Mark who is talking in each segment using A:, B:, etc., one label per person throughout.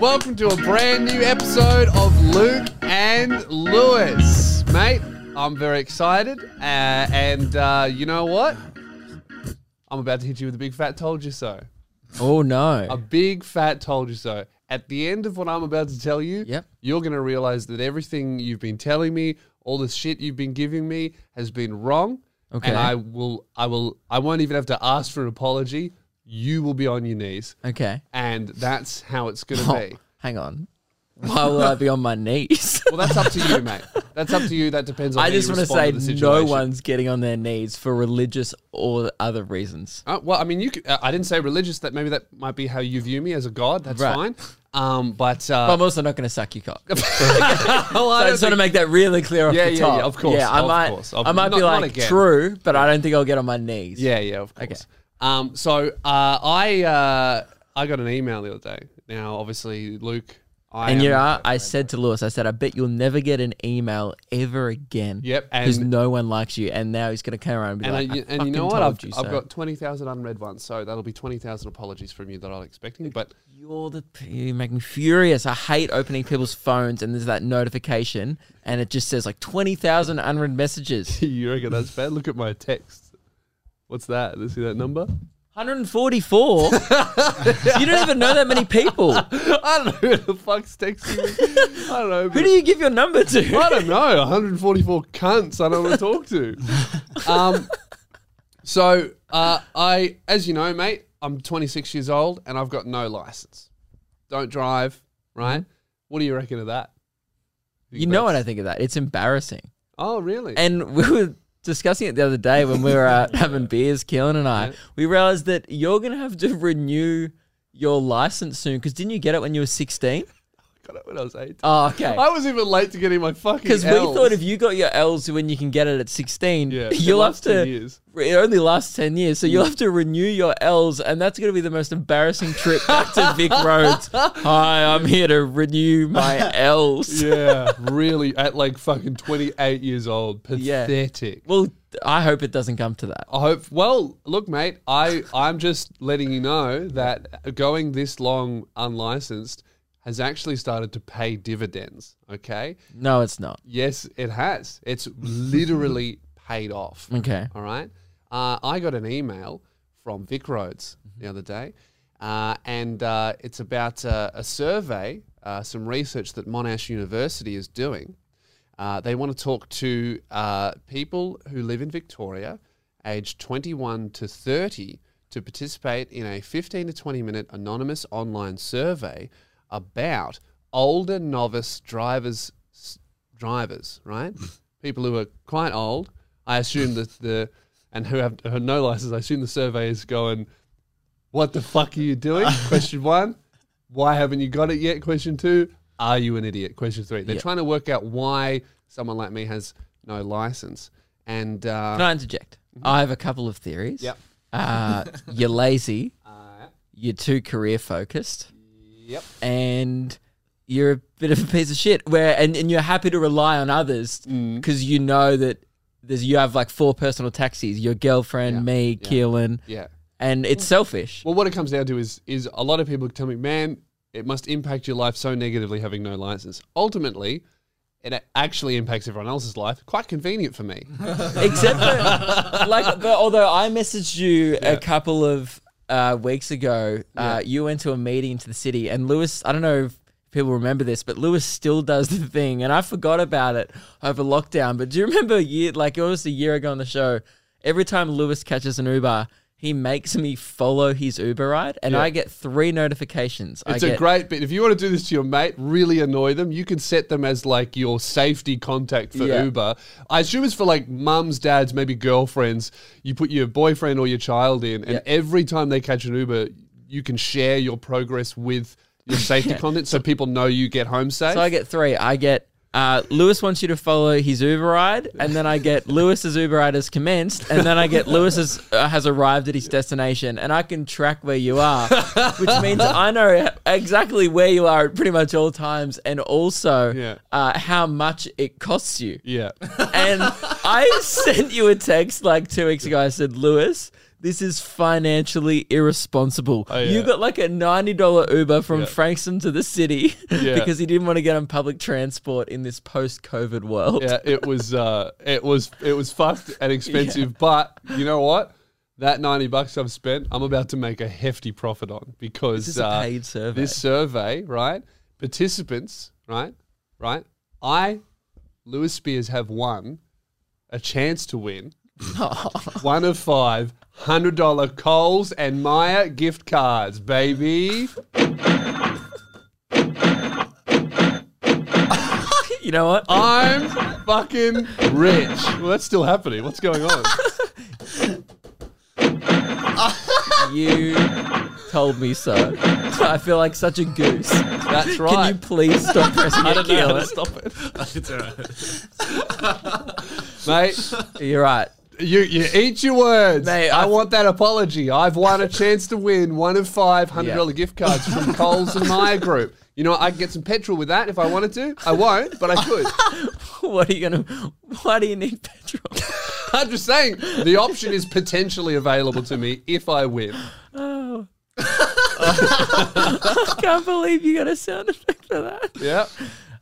A: welcome to a brand new episode of Luke and Lewis. Mate, I'm very excited. Uh, and uh, you know what? I'm about to hit you with a big fat told you so.
B: Oh no.
A: A big fat told you so. At the end of what I'm about to tell you,
B: Yep.
A: you're going to realize that everything you've been telling me, all the shit you've been giving me has been wrong.
B: Okay.
A: And I will I will I won't even have to ask for an apology. You will be on your knees.
B: okay.
A: And that's how it's going to
B: Oh,
A: be.
B: hang on. Why will I be on my knees?
A: Well, that's up to you, mate. That's up to you. That depends on
B: I
A: how
B: just
A: you
B: want to
A: respond
B: say
A: to the
B: no
A: situation.
B: one's getting on their knees for religious or other reasons.
A: Uh, well, I mean, you. Could, uh, I didn't say religious. That maybe that might be how you view me as a god. That's
B: Right.
A: fine. Um, but
B: But
A: uh,
B: I'm also not going to suck your cock. So
A: well, I
B: I
A: don't
B: just want to
A: think-
B: make that really clear off
A: Yeah,
B: the
A: yeah,
B: top.
A: yeah, of course,
B: Yeah, I
A: of
B: might,
A: course, of-
B: I might be
A: not- not
B: like
A: again.
B: true, but I don't think I'll get on my knees.
A: yeah, yeah, of course.
B: Okay.
A: Um, so uh, I uh, I got an email the other day. Now, obviously, Luke, I
B: And
A: am-
B: you know, I said to Lewis, I said, I bet you'll never get an email ever again.
A: Yep,
B: Because
A: and-
B: no one likes you. And now he's going to come around and be
A: And,
B: like,
A: I,
B: I
A: and you know
B: fucking
A: what?
B: told
A: I've,
B: you
A: I've
B: so."
A: got twenty thousand unread ones, so that'll be twenty thousand apologies from you that I'm expecting. But
B: You're the you make me furious. I hate opening people's phones and there's that notification and it just says like twenty thousand unread messages.
A: you reckon that's bad? Look at my text. What's that? Let's see that number.
B: One hundred and forty-four. you don't even know that many people. Who
A: I don't know who the fuck's texting me. I don't know. but-
B: do you give your number to?
A: I don't know. 144 cunts I don't want to talk to. Um, so uh, I, as you know, mate, I'm 26 years old and I've got no license. Don't drive, right? What do you reckon of that?
B: You know what I think of that? It's embarrassing.
A: Oh, really?
B: And we were discussing it the other day when we were out having beers, Keelan and I. We realized that you're gonna have to renew your license soon because didn't you get it when you were sixteen?
A: got it when I was 18.
B: Oh, okay.
A: I was even late to getting my fucking.
B: Because we
A: Ls.
B: thought if you got your L's when you can get it at 16,
A: Yeah, it
B: you'll have
A: lasts 10
B: to.
A: years.
B: It only lasts 10 years, so you'll have to renew your L's, and that's going to be the most embarrassing trip back to Vic Roads. Hi, I'm here to renew my L's.
A: Yeah, really, at like fucking 28 years old. Pathetic.
B: Well, I hope it doesn't come to that.
A: I hope. Well, look, mate. I I'm just letting you know that going this long unlicensed has actually started to pay dividends. Okay.
B: No, it's not.
A: Yes, it has. It's literally paid off.
B: Okay.
A: All right. Uh, I got an email from Vic Roads the other day, uh, and uh, it's about uh, a survey, uh, some research that Monash University is doing. Uh, they want to talk to uh, people who live in Victoria, aged 21 to 30, to participate in a 15 to 20 minute anonymous online survey about older novice drivers drivers, right? People who are quite old. I assume that the and who have, who have no license. I assume the survey is going. What the fuck are you doing? Question one. Why haven't you got it yet? Question two. Are you an idiot? Question three. They're trying to work out why someone like me has no license. And uh,
B: Can I interject? I have a couple of theories.
A: Yep.
B: Uh, you're lazy,
A: uh,
B: you're too career focused.
A: yep.
B: and you're a bit of a piece of shit where and, and you're happy to rely on others
A: Mm.
B: because you know that there's you have like four personal taxis your girlfriend me keelan
A: Yeah.
B: and it's selfish
A: Well, what it comes down to is is a lot of people tell me, man, it must impact your life so negatively having no license. Ultimately, it a- actually impacts everyone else's life. Quite convenient for me.
B: except for like but although i messaged you a couple of uh, weeks ago uh, you went to a meeting into the city and lewis i don't know if people remember this but lewis still does the thing and i forgot about it over lockdown but do you remember a year like it was a year ago on the show every time lewis catches an uber he makes me follow his uber ride and
A: Yeah.
B: i get three notifications
A: It's
B: I
A: a
B: get,
A: great bit. If you want to do this to your mate, really annoy them. You can set them as like your safety contact for
B: Yeah.
A: Uber. I assume it's for like mums, dads, maybe girlfriends. You put your boyfriend or your child in, and
B: Yeah.
A: every time they catch an Uber, you can share your progress with your safety content so people know you get home safe.
B: So I get three. I get uh, Lewis wants you to follow his Uber ride, and then I get Lewis's Uber ride has commenced, and then I get Lewis's uh, has arrived at his destination, and I can track where you are, which means I know exactly where you are at pretty much all times, and also
A: Yeah.
B: uh, how much it costs you.
A: yeah.
B: And I sent you a text like two weeks ago. I said, Lewis, This is financially irresponsible.
A: Oh,
B: You
A: yeah.
B: got like a $90 Uber from
A: Yeah.
B: Frankston to the city
A: Yeah.
B: because he didn't want to get on public transport in this post COVID world.
C: Yeah.
A: it was uh, it was it was fucked and expensive, but you know what? That ninety bucks I've spent, I'm about to make a hefty profit on because
B: This is a
A: uh,
B: paid survey.
A: this survey, right? Participants, right, right. I, Lewis Spears, have won a chance to win one of five hundred dollar Coles and Maya gift cards, baby.
B: you know what?
A: Oh. I'm fucking rich. Well, that's still happening. What's going on?
B: You told me so. I feel like such a goose.
A: That's right.
B: Can you please stop pressing your key on
A: stop it,
D: it's all right.
A: mate.
B: it? You're right.
A: You, you eat your words.
B: Mate,
A: I,
B: I-
A: want that apology. I've won a chance to win one of five hundred dollar
B: Yeah.
A: gift cards from Coles and Maya Group. You know, I could get some petrol with that if I wanted to. I won't, but I could.
B: What are you gonna? Why do you need petrol?
A: I'm just saying the option is potentially available to me if I win.
B: Oh. I can't believe you got a sound effect for that.
A: Yeah,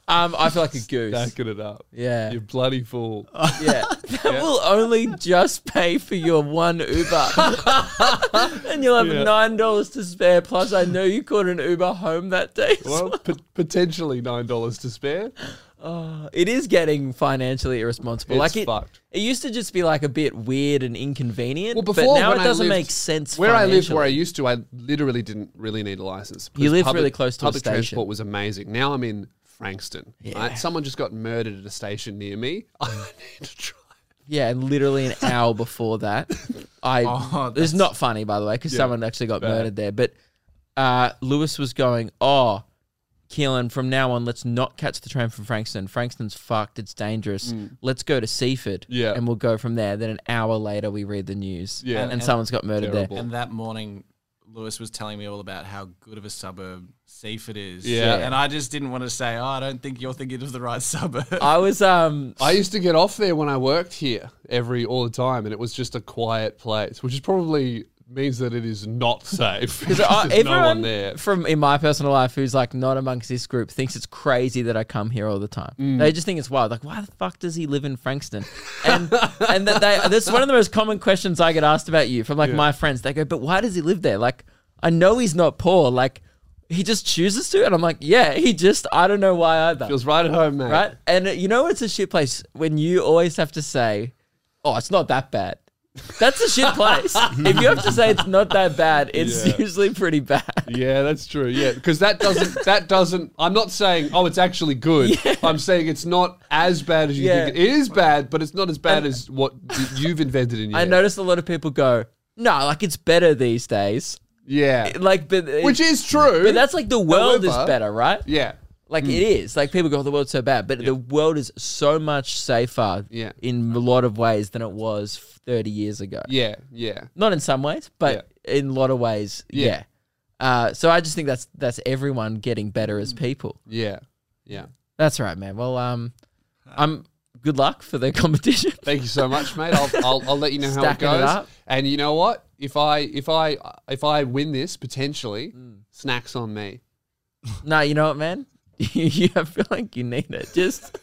B: Um, I feel like a goose.
A: backing it up.
B: Yeah,
A: You bloody fool.
B: yeah. That will only just pay for your one Uber, and you'll have
A: Yeah.
B: nine dollars to spare. Plus, I know you caught an Uber home that day. as
A: Well, p- potentially nine dollars to spare.
B: It is getting financially irresponsible.
A: It's
B: like it,
A: fucked.
B: it used to just be like a bit weird and inconvenient.
A: Well, before
B: but now
A: when
B: it
A: I
B: doesn't
A: lived-
B: make sense.
A: Where I lived, where I
B: financially.
A: used to, I literally didn't really need a license.
B: You
A: because
B: lived really close to a
A: public
B: station.
A: transport was amazing. Now I'm in Frankston. Right? Someone just got murdered at a station near me. I need to try.
B: yeah, and literally an hour before that, I
D: Oh,
B: it's not funny by the way because someone actually got murdered there. But uh, Lewis was going, oh. Keelan, from now on, let's not catch the train from Frankston. Frankston's fucked. It's dangerous. Let's go to Seaford.
A: Mm. Yeah.
B: And we'll go from there. Then an hour later, we read the news.
A: Yeah.
B: And, and someone's got murdered there.
A: Terrible.
D: And that morning, Lewis was telling me all about how good of a suburb Seaford is.
A: Yeah.
D: And I just didn't want to say, oh, I don't think you're thinking of the right suburb.
B: I was um
A: I used to get off there when I worked here every all the time, and it was just a quiet place, which is probably means that it is not safe because
B: Uh,
A: there's no one
B: everyone
A: there.
B: from in my personal life who's like not amongst this group thinks it's crazy that I come here all the time.
A: Mm.
B: They just think it's wild. Like, why the fuck does he live in Frankston? And and that they that's one of the most common questions I get asked about you from like my friends. They go, but why does he live there? Like, I know he's not poor. Like, he just chooses to. And I'm like, yeah, he just I don't know why either.
A: Feels right at home, mate.
B: right? And uh, you know it's a shit place when you always have to say, "Oh, it's not that bad." That's a shit place. if you have to say it's not that bad, it's
A: Yeah.
B: usually pretty bad.
A: Yeah, that's true. Yeah, because that doesn't that doesn't. I'm not saying oh, it's actually good. I'm saying it's not as bad as you
B: Yeah.
A: think. It is bad, but it's not as bad as what y- you've invented in your.
B: I
A: head.
B: noticed a lot of people go, "No, like it's better these days."
A: Yeah,
B: Like, but uh,
A: which is true.
B: but that's like the world
A: However- Mm.
B: is better, right?
A: yeah,
B: Like it is. Like people go, "Oh, "The world's so bad," but the world is so much safer
A: Yeah.
B: in a lot of ways than it was 30 years ago.
A: yeah, yeah.
B: not in some ways, but in a lot of ways, yeah.
A: Yeah.
B: Uh, so I just think that's that's everyone getting better as people.
A: Yeah. Yeah.
B: That's right, man. Well, um,
A: Uh.
B: I'm good luck for the competition.
A: Thank you so much, mate. I'll, I'll, I'll let you know how it
B: Stacking it
A: goes.
B: up.
A: and you know what? If I if I if I win this potentially,
B: Mm.
A: snacks on me.
B: no, you know what, man. you, I feel like you need it. Just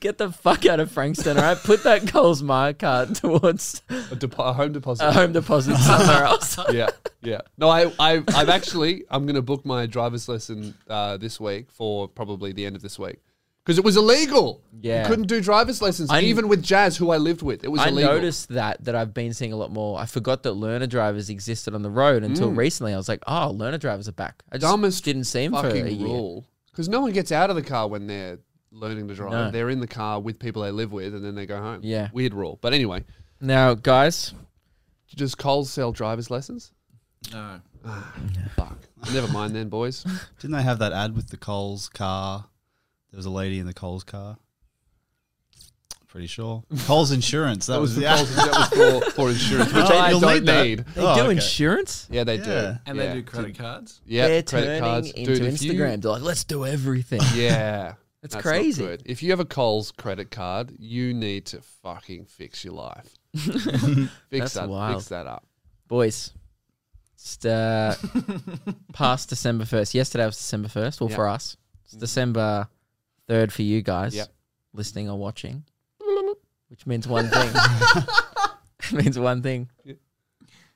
B: get the fuck out of Frankston, all right? Put that Coles Mile card towards
A: A, depo- a home deposit.
B: a home deposit somewhere else.
A: yeah, yeah. No, I, I, I've actually, I'm going to book my driver's lesson uh, this week for probably the end of this week because it was illegal.
B: Yeah.
A: you couldn't do driver's lessons
B: I-
A: even with Jazz, who I lived with. It was
B: I
A: illegal.
B: noticed that that I've been seeing a lot more. I forgot that learner drivers existed on the road until recently. I was like, oh, learner drivers are back. I just
A: Mm. Dumbest
B: didn't see them for a
A: fucking
B: year.
A: rule because no one gets out of the car when they're learning to drive.
B: No.
A: They're in the car with people they live with, and then they go home.
B: Yeah.
A: weird rule. But anyway,
B: Now, guys,
A: does Coles sell driver's lessons?
D: no.
A: Fuck. Never mind then, boys.
E: Didn't they have that ad with the Coles car? There was a lady in the Coles car. Pretty sure. Coles Insurance. That,
A: That was
E: was
A: for
E: the ad.
A: Coles. That was for, for insurance, which
E: Oh,
A: I
E: you'll
A: don't
E: that.
A: need.
B: they
E: Oh,
B: do
E: okay.
B: insurance.
A: Yeah, they
E: Yeah.
A: do.
D: And
A: yeah.
D: they do credit cards.
A: Yeah,
B: They're
A: credit
B: turning
A: cards.
B: into
A: Dude, if you-
B: Instagram. They're like, let's do everything.
A: yeah.
B: That's
A: not
B: crazy.
A: good. If you have a Coles credit card, you need to fucking fix your life. fix
B: That's
A: that
B: wild.
A: fix that up.
B: boys. It's uh, past December first. Yesterday was December first. Well, for us, it's December third for you guys
A: Yep.
B: listening or watching, which means one thing. it means one thing.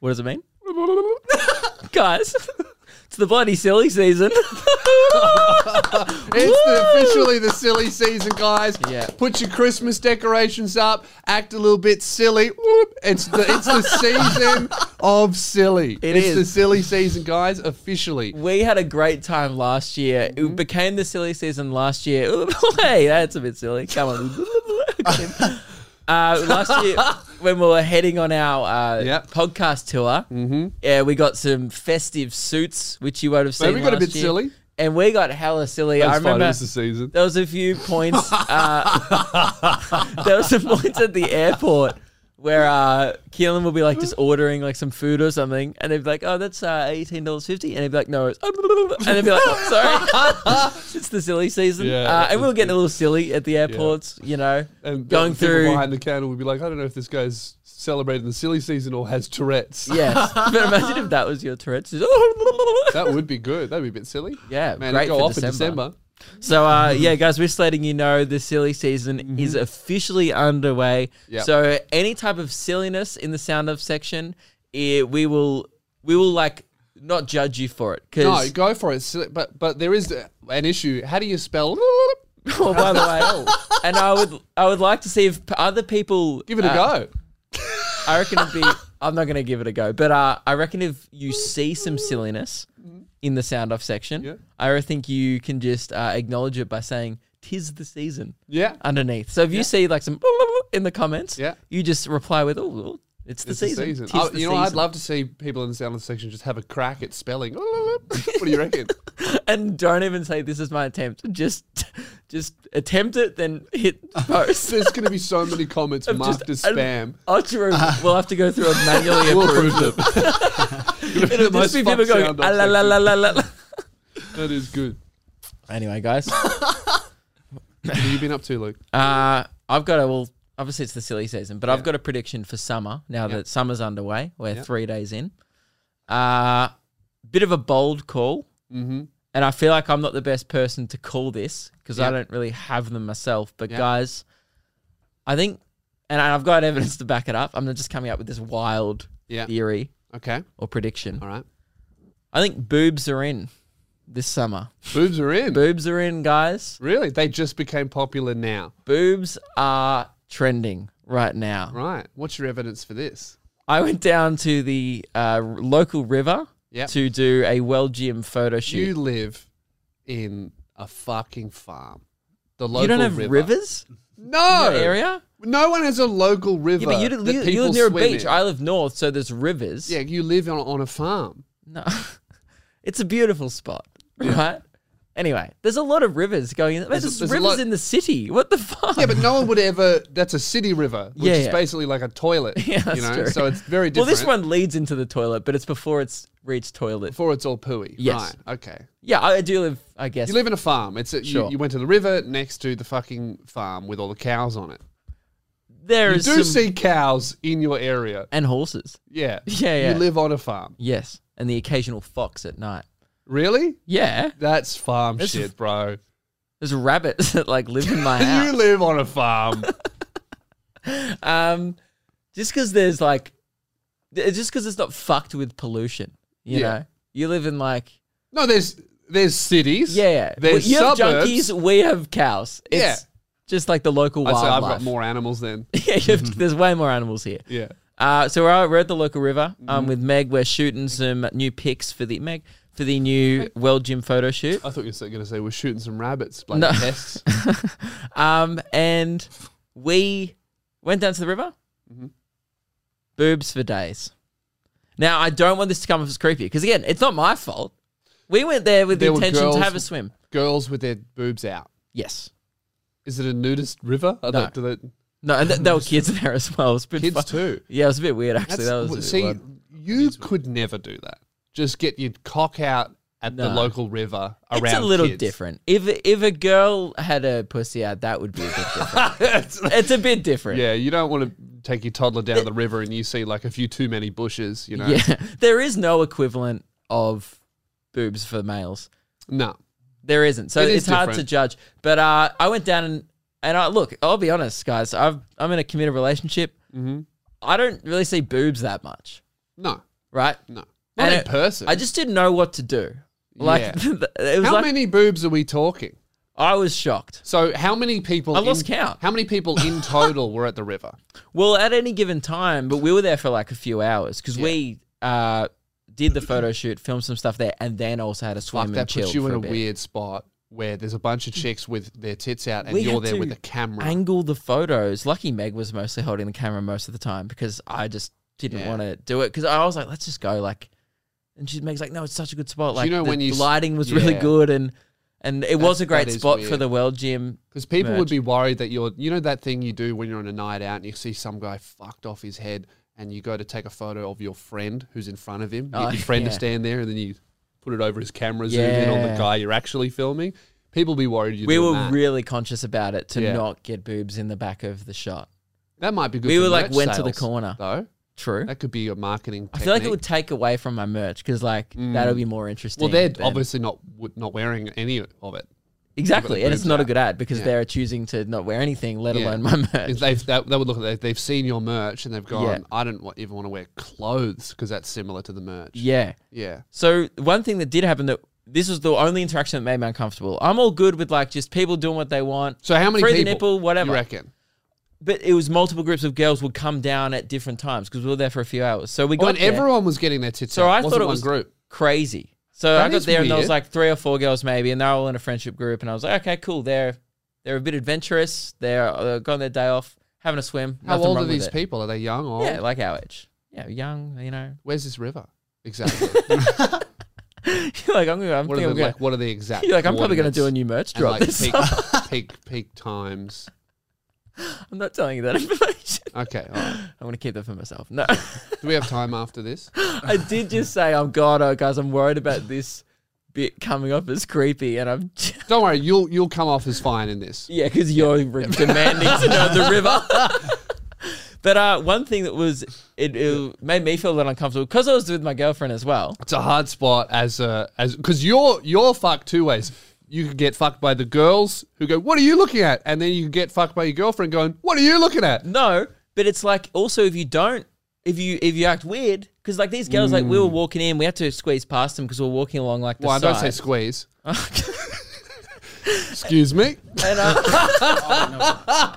B: What does it mean, guys? It's the bloody silly season.
A: It's the- officially the silly season, guys.
B: Yeah.
A: Put your Christmas decorations up, act a little bit silly. Whoop. It's the, it's the season of silly.
B: It
A: it's
B: is.
A: the silly season, guys, officially.
B: we had a great time last year.
A: Mm-hmm.
B: It became the silly season last year. hey, that's a bit silly. Come on. uh, last year, when we were heading on our uh,
A: Yep.
B: podcast tour, mm-hmm. yeah, we got some festive suits, which you won't have seen.
A: Maybe we got a
B: last
A: bit
B: year.
A: silly.
B: and we got hella silly. I
A: That's fine.
B: remember
A: It was the season.
B: there was a few points. Uh, there was some points at the airport where uh, Keelan would be like just ordering like some food or something, and they'd be like, "Oh, that's uh, eighteen dollars 50 and he'd be like, "No," it's and they'd be like, oh, "Sorry, it's the silly season."
A: Yeah,
B: uh, and we were
A: that's
B: getting a little silly at the airports, you know,
A: And
B: going
A: people
B: through.
A: behind the candle would be like, I don't know if this guy's celebrating the silly season or has Tourette's.
B: Yes, but imagine if that was your Tourette's. Just, "Oh."
A: That would be good. That'd be a bit silly.
B: yeah,
A: Man,
B: great
A: it'd go
B: for
A: off
B: December.
A: in December.
B: So uh, yeah, guys, we're just letting you know the silly season
A: Mm-hmm.
B: is officially underway.
A: Yep.
B: So any type of silliness in the sound of section, it, we will we will like not judge you for it
A: No,
B: because
A: go for it. Sil- But but there is an issue. How do you spell?
B: oh, by the way, and I would I would like to see if p- other people uh,
A: Give it a go.
B: I reckon it'd be. I'm not gonna give it a go, but uh, I reckon if you see some silliness in the sound off section,
A: Mm-hmm. Yeah.
B: I think you can just uh, acknowledge it by saying "tis the season."
A: Yeah.
B: underneath. So if you see like some in the comments,
A: Yeah.
B: you just reply with, "Oh, it's the
A: It's the
B: season."
A: season.
B: Tis
A: I,
B: the
A: you know, I'd
B: season."
A: love to see people in the sound section just have a crack at spelling. what do you reckon?
B: and don't even say this is my attempt. Just, just attempt it, then hit post.
A: There's going to be so many comments
B: Of
A: marked
B: just-
A: as spam.
B: Ultra, we'll have to go through and manually approve.
A: them.
B: It'll just be people going, "Ah, la, la, la, la, la. la."
A: That is good.
B: Anyway, guys,
A: What have you been up to, Luke?
B: uh, I've got a well. Obviously, it's the silly season, but I've got a prediction for summer. Now that summer's underway, we're three days in. Uh, bit of a bold call.
A: Mm-hmm.
B: and I feel like I'm not the best person to call this because I
A: Yeah.
B: don't really have them myself. But
A: Yeah.
B: guys, I think, and I've got evidence to back it up. I'm not just coming up with this wild
A: Yeah.
B: theory
A: Okay.
B: or prediction.
A: All right.
B: I think boobs are in this summer.
A: Boobs are in.
B: boobs are in, guys.
A: Really? They just became popular now.
B: Boobs are trending right now.
A: Right. What's your evidence for this?
B: I went down to the uh, local river
A: Yep.
B: to do a well gym photo shoot.
A: You live in a fucking farm. The local
B: You don't have
A: river.
B: rivers
A: No.
B: in your area?
A: No one has a local river.
B: Yeah, but you,
A: that
B: you, you
A: people
B: live near a
A: swim
B: beach.
A: in.
B: I live north, so there's rivers.
A: yeah, you live on, on a farm.
B: No, it's a beautiful spot, right? Anyway, there's a lot of rivers going in. There's,
A: There's- there's a
B: rivers
A: lot-
B: in the city. What the fuck?
A: Yeah, but no one would ever. That's a city river, which
B: Yeah,
A: is
B: yeah.
A: basically like a toilet.
B: Yeah, that's
A: you know,
B: true.
A: so it's very
B: well,
A: different.
B: this one leads into the toilet, but it's before it's reached toilet.
A: before it's all pooey.
B: Yes.
A: Right. Okay.
B: yeah, I do live, I guess.
A: You live in a farm. It's a,
B: Sure.
A: you, you went to the river next to the fucking farm with all the cows on it.
B: there
A: You
B: is
A: do
B: some-
A: see cows in your area.
B: and horses.
A: Yeah.
B: Yeah, yeah.
A: You live on a farm.
B: Yes, and the occasional fox at night.
A: Really?
B: Yeah,
A: That's farm
B: That's-
A: shit, bro.
B: there's rabbits that like live in my
A: You
B: house.
A: live on a farm.
B: um, just because there's like, it's just because it's not fucked with pollution. You
A: Yeah.
B: know, you live in like
A: no, there's there's cities.
B: Yeah, yeah. Well,
A: There's
B: you
A: suburbs.
B: have junkies, we have cows. It's
A: Yeah.
B: just like the local
A: I'd say I've
B: wildlife.
A: got more animals than.
B: yeah, you have- there's way more animals here.
A: Yeah.
B: Uh, so we're, out- we're at the local river
A: Mm-hmm.
B: um, with Meg. We're shooting some new pics for the Meg for the new Well Gym photo shoot.
A: I thought you were going to say we're shooting some rabbits, bloody
B: No.
A: pests.
B: Um, and we went down to the river.
A: Mm-hmm.
B: Boobs for days. Now I don't want this to come off as creepy because again, it's not my fault. We went there with
A: There
B: the
A: were
B: intention to
A: girls-
B: have a swim.
A: Girls with their boobs out.
B: Yes.
A: Is it a nudist river? Are
B: No.
A: they- do they-
B: No, and th- there were kids there as well. It was pretty
A: kids
B: fun.
A: too.
B: Yeah, it was a bit weird actually.
A: That's,
B: that was a bit
A: see,
B: wild.
A: you could never do that. Just get your cock out at the
B: No.
A: local river around.
B: It's a little
A: kids.
B: different. If if a girl had a pussy out, that would be a bit different. it's a bit different.
A: Yeah, you don't want to take your toddler down the river and you see like a few too many bushes, you know?
B: Yeah, there is no equivalent of boobs for males.
A: No.
B: There isn't, so
A: It is
B: it's hard to
A: different.
B: judge. But uh, I went down and and I look. I'll be honest, guys. I've, I'm in a committed relationship.
A: Mm-hmm.
B: I don't really see boobs that much,
A: No.
B: right?
A: No. Not
B: And
A: in
B: it-
A: person.
B: I just didn't know what to do. Like it was
A: how
B: like
A: many boobs are we talking?
B: I was shocked.
A: So how many people
B: I lost
A: in-
B: count.
A: How many people in total were at the river?
B: Well, at any given time, but we were there for like a few hours because we uh, did the photo shoot, filmed some stuff there, and then also had a swim
A: Like
B: and
A: that
B: chill
A: puts you
B: for
A: in
B: a
A: a
B: bit.
A: weird spot where there's a bunch of chicks with their tits out and
B: We
A: you're
B: had
A: there with
B: to
A: a camera.
B: angle the photos. Lucky Meg was mostly holding the camera most of the time because I just didn't
A: Yeah.
B: want to do it because I was like, let's just go like. And she Meg's like, no, it's such a good spot. Like
A: know
B: the
A: when you s-
B: lighting was really
A: Yeah.
B: good and and it was a great
A: that is
B: spot for
A: weird.
B: the world gym.
A: Because people
B: merch.
A: would be worried that you're, you know, that thing you do when you're on a night out and you see some guy fucked off his head and you go to take a photo of your friend who's in front of him. You get
B: Oh,
A: your friend
B: yeah.
A: to stand there and then you put it over his camera, zoom in on
B: Yeah.
A: the guy you're actually filming. People be worried you
B: We
A: doing
B: were
A: that.
B: really conscious about it to
A: Yeah.
B: not get boobs in the back of the shot.
A: that might be good.
B: we
A: for
B: were, like,
A: merch
B: went to the
A: sales,
B: corner.
A: though.
B: True.
A: That could be a marketing.
B: I feel like it
A: technique. Mm.
B: would take away from my merch because like that'll be more interesting.
A: Well, they're
B: than-
A: obviously not would- not wearing any of it.
B: exactly, and it's
A: boobs
B: not a
A: out.
B: good ad because
A: Yeah.
B: they're choosing to not wear anything, let
A: Yeah.
B: alone my merch.
A: If they've that, they would look at that. They've seen your merch and they've gone.
B: Yeah.
A: I don't wa- even want to wear clothes because that's similar to the merch.
B: yeah.
A: yeah.
B: So one thing that did happen that this was the only interaction that made me uncomfortable. I'm all good with like just people doing what they want.
A: So how many
B: Free the
A: people?
B: nipple, whatever.
A: You reckon?
B: But it was multiple groups of girls would come down at different times because we were there for a few hours. So we got
A: When
B: there.
A: Oh, everyone was getting their tits
B: So
A: out,
B: I
A: wasn't
B: thought it
A: one
B: was
A: group.
B: crazy. So
A: That
B: I got
A: is
B: there and there was
A: weird.
B: like three or four girls maybe, and they're all in a friendship group, and I was like, okay, cool. They're they're a bit adventurous. They're uh, got their day off, having a swim.
A: How
B: nothing
A: old
B: wrong
A: are
B: with
A: these
B: it.
A: people? Are they young or?
B: Yeah, like our age. Yeah, young. You know,
A: Where's this river exactly?
B: you're like I'm gonna. I'm
A: what
B: thinking
A: are
B: I'm
A: the
B: gonna
A: like? What are the exact?
B: you're like I'm probably gonna do a
A: coordinates
B: new merch
A: and,
B: drop.
A: like,
B: this summer.
A: peak, peak peak times.
B: I'm not telling you that information.
A: Okay. all right.
B: I'm gonna keep that for myself. No,
A: Do we have time after this?
B: I did just say, "Oh God, oh guys, I'm worried about this bit coming off as creepy," and I'm
A: Don't worry. You'll you'll come off as fine in this.
B: Yeah, because you're re- demanding to know the river. but uh, one thing that was it, it made me feel a little uncomfortable because I was with my girlfriend as well.
A: It's a hard spot as a as because you're you're fucked two ways. You could get fucked by the girls who go, "What are you looking at?" And then you get fucked by your girlfriend going, "What are you looking at?"
B: No, but it's like also if you don't, if you if you act weird, because like these girls, like we were walking in, we had to squeeze past them because we were walking along like the
A: Well, I don't say
B: side.
A: squeeze. Excuse me.
B: and, um,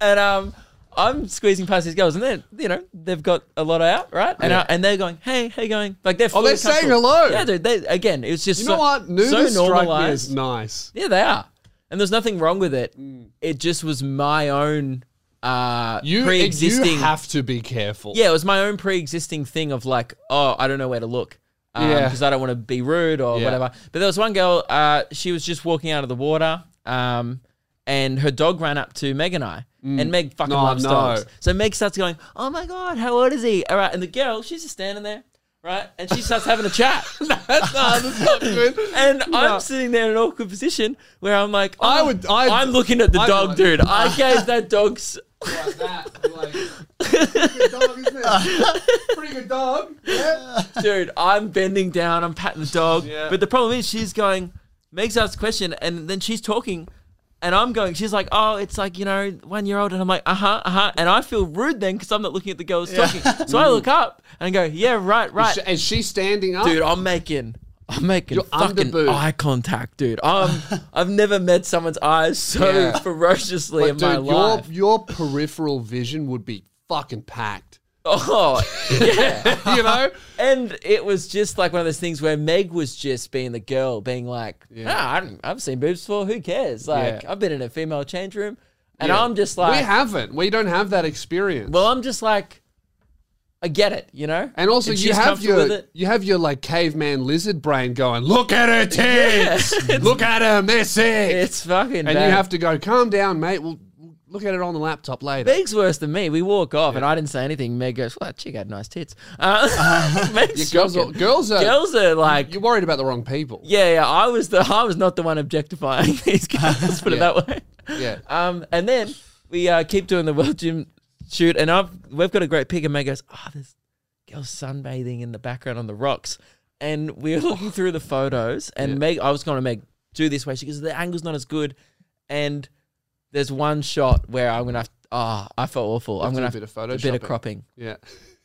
B: and um, I'm squeezing past these girls, and then you know they've got a lot out, right? And I, and they're going, hey, hey, going like they're
A: Oh, they're
B: fully
A: saying
B: comfortable.
A: hello.
B: Yeah, dude. They, again, it's just
A: You
B: so,
A: know what? Nudist
B: so
A: strike me
B: normalized.
A: as nice.
B: Yeah, they are, and there's nothing wrong with it. It just was my own uh,
A: Mm. You
B: pre-existing.
A: you have to be careful.
B: yeah, it was my own pre-existing thing of like, oh, I don't know where to look.
A: Yeah.
B: Because I don't want to be rude or
A: Yeah.
B: whatever. But there was one girl, uh, she was just walking out of the water, um, and her dog ran up to Meg and I. And Meg fucking
A: Mm. Oh, No,
B: loves
A: no.
B: dogs. So Meg starts going, Oh my God, how old is he? All right. And the girl, she's just standing there, right? And she starts having a chat. And I'm sitting there in an awkward position where I'm like, oh, I
A: I would- I'd-
B: am looking at the
A: I'd be
B: dog,
A: like-
B: dude. I gave that dog. s-
A: Like that, like, pretty good dog, isn't it? Pretty good dog. Yeah.
B: dude, I'm bending down, I'm patting the dog. But the problem is, she's going, Meg's asked a question, and then she's talking, and I'm going, she's like, oh, it's like, you know, one year old. And I'm like, uh huh, uh huh. And I feel rude then because I'm not looking at the girl that's talking. So I look up and go, yeah, right, right.
A: Is she standing up?
B: dude, I'm making. I'm making
A: You're
B: fucking
A: underboob.
B: eye contact, dude. Um, I've never met someone's eyes so
A: Yeah.
B: ferociously in
A: But
B: my
A: dude, your
B: life.
A: your peripheral vision would be fucking packed.
B: Oh, yeah.
A: You know.
B: And it was just like one of those things where Meg was just being the girl, being like, nah, I don't, I've seen boobs before. Who cares? Like,
A: Yeah.
B: I've been in a female change room. And
A: Yeah.
B: I'm just like,
A: we haven't. We don't have that experience.
B: well, I'm just like, I get it, you know?
A: and also you
B: she's
A: have
B: comfortable with
A: your
B: it.
A: you have your like caveman lizard brain going. Look at her tits. Look at them. They're sick.
B: It's fucking
A: and you have to go. Calm down, mate. We'll we'll look at it on the laptop later.
B: Meg's worse than me. We walk off, and I didn't say anything. Meg goes, "Well, that chick had nice tits." Uh, Meg's
A: Uh-huh. Your girls, are,
B: shocking.
A: girls are.
B: girls are like,
A: You're worried about the wrong people.
B: yeah, yeah. I was the, I was not the one objectifying these girls. Put it
A: Yeah.
B: that way.
A: Yeah.
B: Um, and then we uh, keep doing the world gym shoot, and I've we've got a great pic, and Meg goes, "Ah, there's girls sunbathing in the background on the rocks," and we were looking through the photos, and
A: Yeah.
B: Meg, I was going to Meg do this way. She goes, "The angle's not as good," and there's one shot where I'm gonna. Have, ah, I felt awful. I'm
A: Do
B: gonna
A: a
B: have
A: bit of
B: a
A: Photoshop.
B: bit of cropping.
A: Yeah.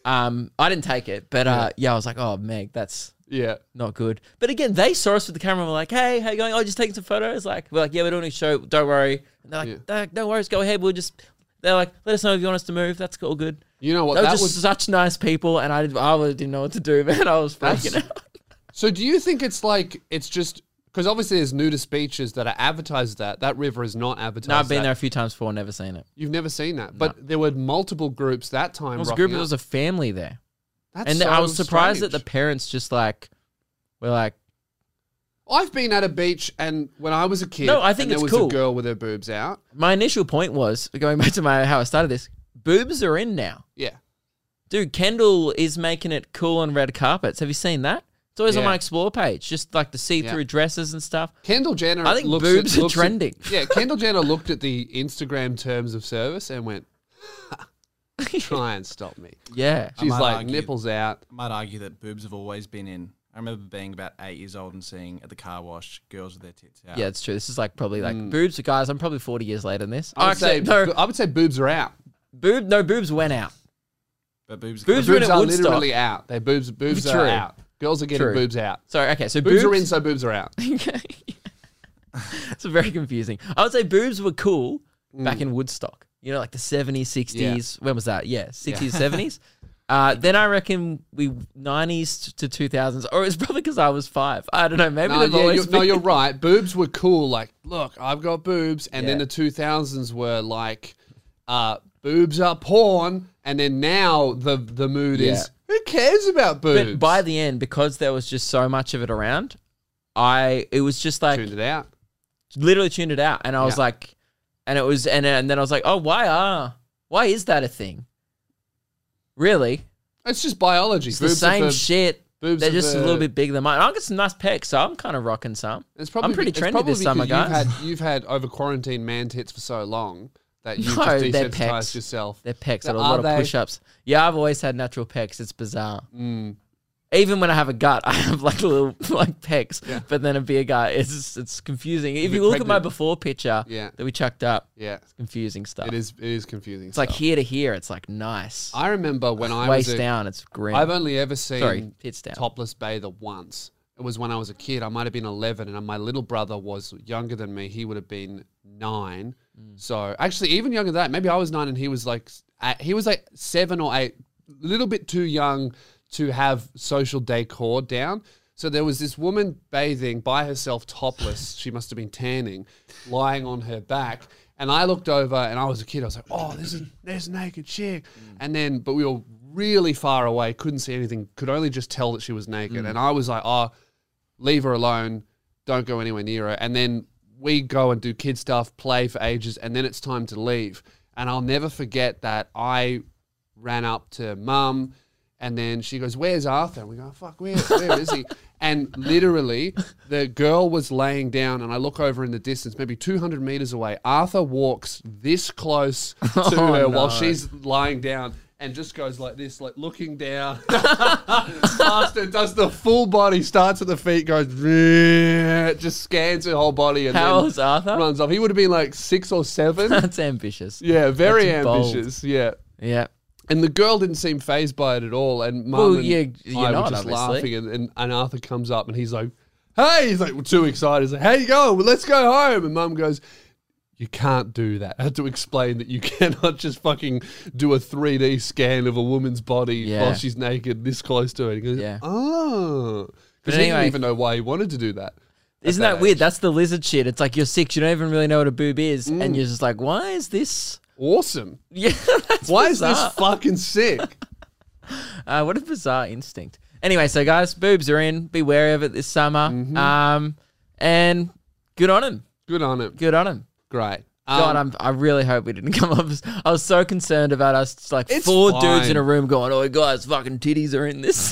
B: Um, I didn't take it, but uh, yeah, I was like, "Oh, Meg, that's."
A: Yeah.
B: not good. But again, they saw us with the camera and were like, hey, how you going? Oh, just taking some photos. Like, we're like, yeah, we're doing a show. Don't worry. And they're like,
A: Yeah.
B: "Don't- no worries, go ahead. We'll just, they're like, let us know if you want us to move. That's all good.
A: You know what?
B: they were
A: that
B: just
A: was
B: such nice people, and I, did, I really didn't know what to do, man. I was freaking
A: That's-
B: out.
A: So do you think it's like it's just because obviously there's nudist beaches that are advertised that that river is not advertised.
B: No, I've been
A: that.
B: there a few times before, never seen it.
A: You've never seen that, but there were multiple groups that time.
B: There was a
A: rocking
B: group, there
A: up.
B: was a family there.
A: That's
B: And I
A: so
B: was surprised that
A: strange.
B: the parents just like, were like,
A: I've been at a beach, and when I was a kid,
B: No, I think
A: and there
B: it's
A: was
B: cool.
A: a girl with her boobs out.
B: my initial point was, going back to my how I started this, boobs are in now.
A: Yeah,
B: Dude, Kendall is making it cool on red carpets. Have you seen that? It's always on
A: Yeah.
B: my explore page, just like the see-through
A: Yeah.
B: dresses and stuff.
A: Kendall Jenner.
B: I think
A: looks
B: boobs
A: at,
B: are
A: looks at-
B: trending.
A: yeah, Kendall Jenner looked at the Instagram terms of service and went, "Try and stop me."
B: yeah.
A: She's
D: might
A: like
D: argue-
A: nipples out.
D: I might argue that boobs have always been in. I remember being about eight years old and seeing at the car wash girls with their tits out.
B: Yeah, it's true. This is like probably like boobs, guys. I'm probably 40 years later than this.
A: Mm. I would
B: Actually,
A: say
B: no,
A: I would say boobs are out.
B: boob, no boobs went out.
D: but boobs.
B: Boobs
A: The
B: were in
A: boobs
B: at
A: are
B: Woodstock.
A: literally out. Their boobs boobs
B: True.
A: are out. Girls are getting
B: True.
A: boobs out.
B: Sorry, okay, so
A: Boobs,
B: boobs,
A: are in, so boobs are out.
B: okay. it's very confusing. I would say boobs were cool back
A: Mm.
B: in Woodstock. You know, like the 70s, 60s. When was that? Yeah, 60s, 70s. Uh, then I reckon we 90s to 2000s, or it's probably because I was five. I don't know. Maybe
A: No,
B: they've
A: yeah,
B: always
A: you're, no,
B: been-
A: you're right. Boobs were cool. Like, look, I've got boobs, and then
B: Yeah.
A: the 2000s were like, uh, boobs are porn, and then now the the mood
B: Yeah.
A: is who cares about boobs?
B: But by the end, because there was just so much of it around, I it was just like
A: tuned it out.
B: literally tuned it out, and I was
A: Yeah.
B: like, and it was, and and then I was like, oh, why are why is that a thing? Really,
A: It's just biology.
B: it's the same
A: for-
B: shit.
A: boobs
B: They're
A: are
B: just a
A: for-
B: little bit bigger than mine. I got some nice pecs, so I'm kind of rocking some.
A: It's probably
B: I'm pretty
A: it's
B: trendy
A: probably
B: this summer,
A: because
B: guys.
A: You've had, you've had over quarantine man tits for so long that you've
B: No,
A: just
B: they're
A: desensitized
B: pecs.
A: yourself.
B: They're pecs.
A: Now,
B: I do a lot
A: are
B: of
A: they-
B: push-ups. Yeah, I've always had natural pecs. It's bizarre.
A: Mm.
B: Even when I have a gut, I have like little like pecs. But then a bigger gut, it's it's confusing. If
A: bit
B: you look at my
A: pregnant.
B: before picture
A: Yeah.
B: that we chucked up,
A: Yeah,
B: confusing stuff.
A: it is. It is confusing.
B: It's like here to here. It's like nice.
A: I remember when I was
B: Waist
A: a,
B: down. It's grim.
A: I've only ever seen
B: Sorry, tits down.
A: topless bather once. It was when I was a kid. I might have been 11, and my little brother was younger than me. He would have been nine.
B: Mm.
A: So actually, even younger than that, maybe I was nine, and he was like s- eight- he was like seven or eight, little bit too young to have social decor down. So there was this woman bathing by herself, topless. she must have been tanning, lying on her back. And I looked over, and I was a kid. I was like, "Oh, there's a there's a naked chick."
B: Mm.
A: And then, but we were really far away, couldn't see anything, could only just tell that she was naked. And I was like, "Oh, leave her alone, don't go anywhere near her. And then we go and do kid stuff, play for ages, and then it's time to leave. And I'll never forget that I ran up to mum and then she goes, Where's Arthur? And we go, Fuck, where, where is he? And literally, the girl was laying down, and I look over in the distance, maybe 200 meters away. Arthur walks this close to
B: Oh,
A: her while she's lying down and just goes like this, like looking down. Master does the full body, starts at the feet, goes, just scans her whole body, and
B: How
A: then
B: old is Arthur?
A: runs off. He would have been like six or seven.
B: That's ambitious.
A: yeah, very
B: That's bold.
A: ambitious. Yeah.
B: Yeah.
A: And the girl didn't seem phased by it at all. And mum
B: Well,
A: and
B: yeah, you're
A: I
B: not,
A: were just
B: obviously.
A: laughing. And, and, and Arthur comes up and he's like, hey, he's like too excited. He's like, how you going? Well, let's go home. And mum goes, you can't do that. I had to explain that you cannot just fucking do a 3D scan of a woman's body
B: Yeah.
A: while she's naked this close to it. He goes,
B: Yeah.
A: oh.
B: But
A: Because he
B: anyway-
A: didn't even know why he wanted to do that. at
B: Isn't that,
A: age.
B: weird? That's the lizard shit. It's like you're six. You don't even really know what a boob is,
A: Mm.
B: and you're just like, why is this?
A: Awesome.
B: Yeah. that's
A: Why is this
B: bizarre.
A: fucking sick?
B: Uh, what a bizarre instinct. Anyway, so guys, boobs are in. Be wary of it this summer. Um, and good on him.
A: Good on him.
B: Good on him.
A: Great.
B: God,
A: Um,
B: I'm, I really hope we didn't come up. as- I was so concerned about us, like
A: It's
B: four
A: fine.
B: dudes in a room going, "Oh, guys, fucking titties are in this."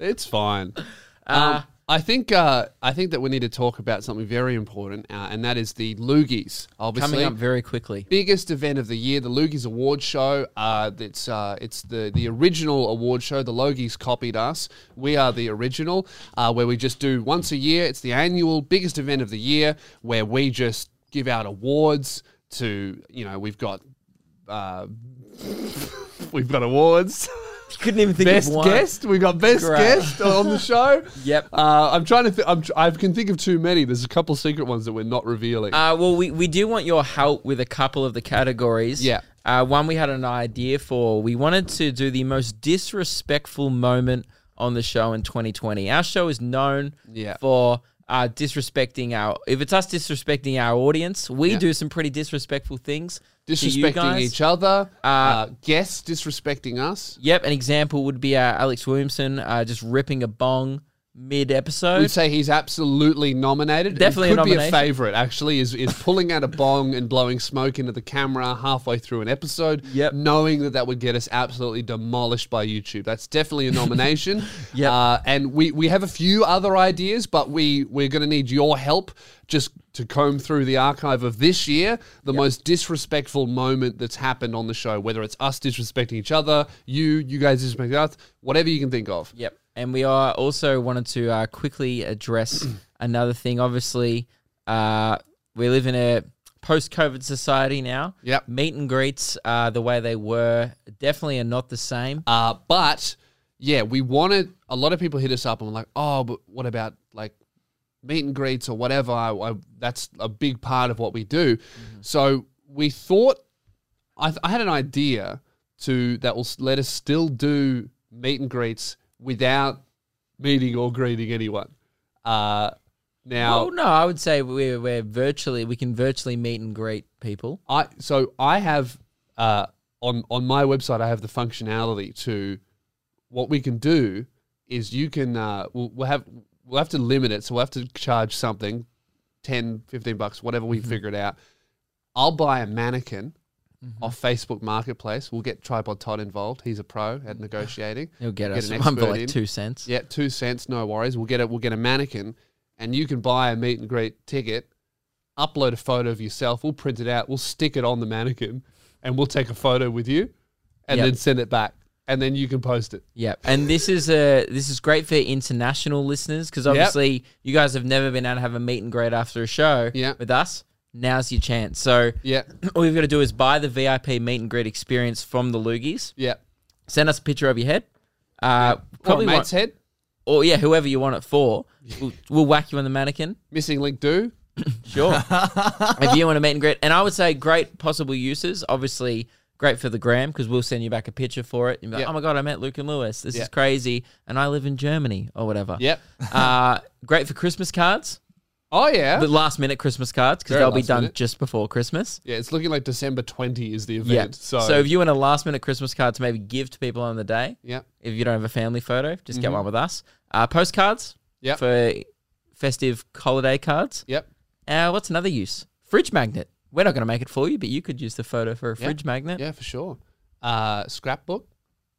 A: it's fine. Um,
B: uh,
A: I think uh, I think that we need to talk about something very important, uh, and that is the Loogies. Obviously,
B: Coming up very quickly.
A: biggest event of the year, the Loogies Award Show. Uh, it's uh, it's the the original award show. The Logies copied us. We are the original, uh, where we just do once a year. It's the annual biggest event of the year, where we just give out awards to you know we've got. Uh, We've got awards.
B: You couldn't even think
A: Best
B: of one.
A: guest. We've got best
B: Great.
A: guest on the show.
B: Yep.
A: Uh, I'm trying to. Th- I'm tr- I can think of too many. There's a couple secret ones that we're not revealing.
B: Uh, well, we, we do want your help with a couple of the categories.
A: Yeah.
B: Uh, one we had an idea for. We wanted to do the most disrespectful moment on the show in 2020. Our show is known
A: Yeah.
B: for uh, disrespecting our. If it's us disrespecting our audience, we do some pretty disrespectful things. to you
A: disrespecting
B: guys.
A: each other. Uh, guests disrespecting us.
B: Yep. An example would be uh, Alex Williamson uh, just ripping a bong mid
A: We'd
B: episode.
A: say he's absolutely nominated. It
B: Definitely a
A: could be a
B: nomination.
A: favorite. Actually, is is pulling out a bong and blowing smoke into the camera halfway through an episode,
B: Yep.
A: knowing that that would get us absolutely demolished by YouTube. That's definitely a nomination.
B: Yep.
A: Uh, and we we have a few other ideas, but we we're going to need your help just to comb through the archive of this year, the most disrespectful moment that's happened on the show, whether it's us disrespecting each other, you you guys disrespecting us, whatever you can think of.
B: Yep. And we are also wanted to uh, quickly address another thing. Obviously, uh, we live in a post-COVID society now.
A: Yep.
B: Meet and greets, uh, the way they were, definitely are not the same.
A: Uh, but yeah, we wanted a lot of people hit us up and were like, oh, but what about like meet and greets or whatever? I, I, that's a big part of what we do. So we thought I, th- I had an idea to that will s- let us still do meet and greets without meeting or greeting anyone. Uh, now,
B: Well, no, I would say we're, we're virtually we can virtually meet and greet people.
A: I so I have uh, on on my website I have the functionality to what we can do is you can uh, we'll, we'll have we'll have to limit it so we'll have to charge something 10 15 bucks whatever
B: Mm-hmm.
A: we figure it out I'll buy a mannequin
B: Mm-hmm.
A: off Facebook Marketplace we'll get Tripod Todd involved he's a pro at negotiating
B: You'll get,
A: Get
B: us
A: an
B: one for
A: expert
B: like
A: in.
B: two cents.
A: yeah, two cents, no worries. We'll get it. We'll get a mannequin, and you can buy a meet and greet ticket. Upload a photo of yourself. We'll print it out. We'll stick it on the mannequin, and we'll take a photo with you, and
B: Yep.
A: then send it back, and then you can post it.
B: Yep. And this is a this is great for international listeners because obviously you guys have never been able to have a meet and greet after a show
A: Yeah.
B: with us. Now's your chance. So
A: Yeah,
B: all you've got to do is buy the VIP meet and greet experience from the Loogies.
A: yeah.
B: Send us a picture of your head. Uh, probably
A: or a mate's
B: want,
A: head.
B: or yeah, whoever you want it for. We'll, we'll whack you on the mannequin.
A: Missing link. Do
B: Sure. if you want to meet and greet, and I would say great possible uses. Obviously, great for the gram because we'll send you back a picture for it. You'll be like,
A: Yeah.
B: Oh my god, I met Luke and Lewis. This
A: Yeah.
B: is crazy, and I live in Germany or whatever.
A: yep.
B: Uh, great for Christmas cards,
A: Oh yeah.
B: the last minute Christmas cards because
A: Very
B: they'll be
A: last
B: done
A: minute.
B: just before Christmas.
A: yeah, it's looking like December twenty is the event. So,
B: so if you want a last minute Christmas card to maybe give to people on the day,
A: yeah,
B: if you don't have a family photo, just get one with us. Uh, postcards
A: Mm-hmm. Yep.
B: for festive holiday cards.
A: yep.
B: Uh, what's another use? Fridge magnet. We're not going to make it for you, but you could use the photo for a fridge magnet.
A: Yeah, for sure. Uh, scrapbook,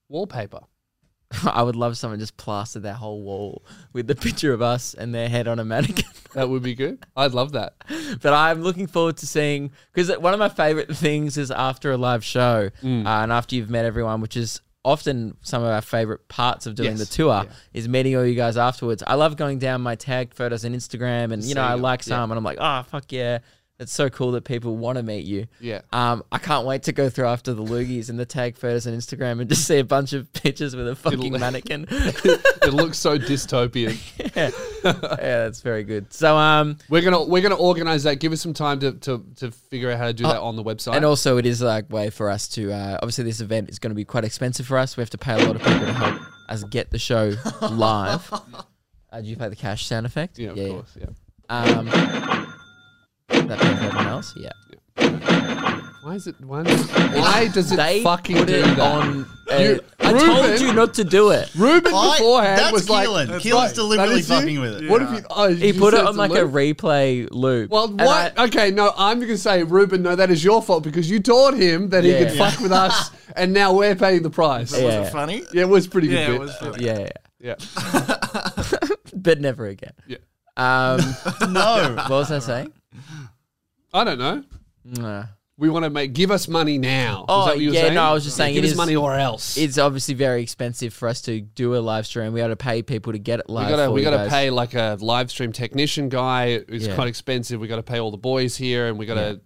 A: wallpaper.
B: I would love someone just plastered their whole wall with the picture of us and their head on a mannequin.
A: That would be good. I'd love that.
B: but I'm looking forward to seeing because one of my favorite things is after a live show
A: Mm.
B: uh, and after you've met everyone, which is often some of our favorite parts of doing
A: Yes.
B: the tour
A: Yeah.
B: is meeting all you guys afterwards. I love going down my tag photos on Instagram and you know I
A: seeing it.
B: like
A: Yeah.
B: some and I'm like, oh fuck yeah, it's so cool that people want to meet you.
A: Yeah.
B: Um, I can't wait to go through after the loogies and the tag photos on Instagram and just see a bunch of pictures with a fucking mannequin.
A: It looks so dystopian.
B: yeah. yeah, that's very good. So um,
A: We're gonna we're gonna organize that. Give us some time to to, to figure out how to do that on the website.
B: Uh, And also, it is like way for us to uh, obviously this event is going to be quite expensive for us. We have to pay a lot of people to help us get the show live. Uh, do you play the cash sound effect?
A: yeah, of course. Yeah.
B: Um, that play for everyone else? Yeah.
A: Why is it? Why does, why does it
B: They
A: fucking
B: put
A: do
B: it
A: that?
B: on. uh,
A: You-
B: I
A: Ruben-
B: told you not to do it.
A: Ruben
E: I-
A: beforehand
E: that's
A: was like,
E: Keelan.
A: That's
E: Keelan's deliberately
A: That is you?
E: fucking with it.
A: What
D: Yeah.
A: if you? Oh,
B: He
A: you
B: put it
A: said
B: on
A: to
B: like
A: Luke?
B: a replay loop.
A: Well,
B: And
A: what?
B: I-
A: okay, no, I'm gonna say Ruben. No, that is your fault because you taught him that he
B: Yeah.
A: could fuck with us, and now we're paying the price.
B: Yeah.
D: Was it funny?
A: Yeah, it was pretty good.
D: Yeah,
A: bit.
D: it was funny.
B: yeah.
A: Yeah.
B: but never again.
A: Yeah.
B: Um,
E: No.
B: what was I saying?
A: I don't know.
B: Uh,
A: We want to make give us money now. Is
B: Oh,
A: that what you were
B: yeah,
A: saying?
B: no, I was just
A: Yeah,
B: saying
A: give
B: it
A: us
B: is-
A: money or else.
B: it's obviously very expensive for us to do a live stream. We got to pay people to get it
A: we
B: live.
A: gotta
B: for
A: we
B: you
A: gotta
B: guys.
A: pay like a live stream technician guy who's
B: Yeah.
A: quite expensive. We gotta pay all the boys here, and we gotta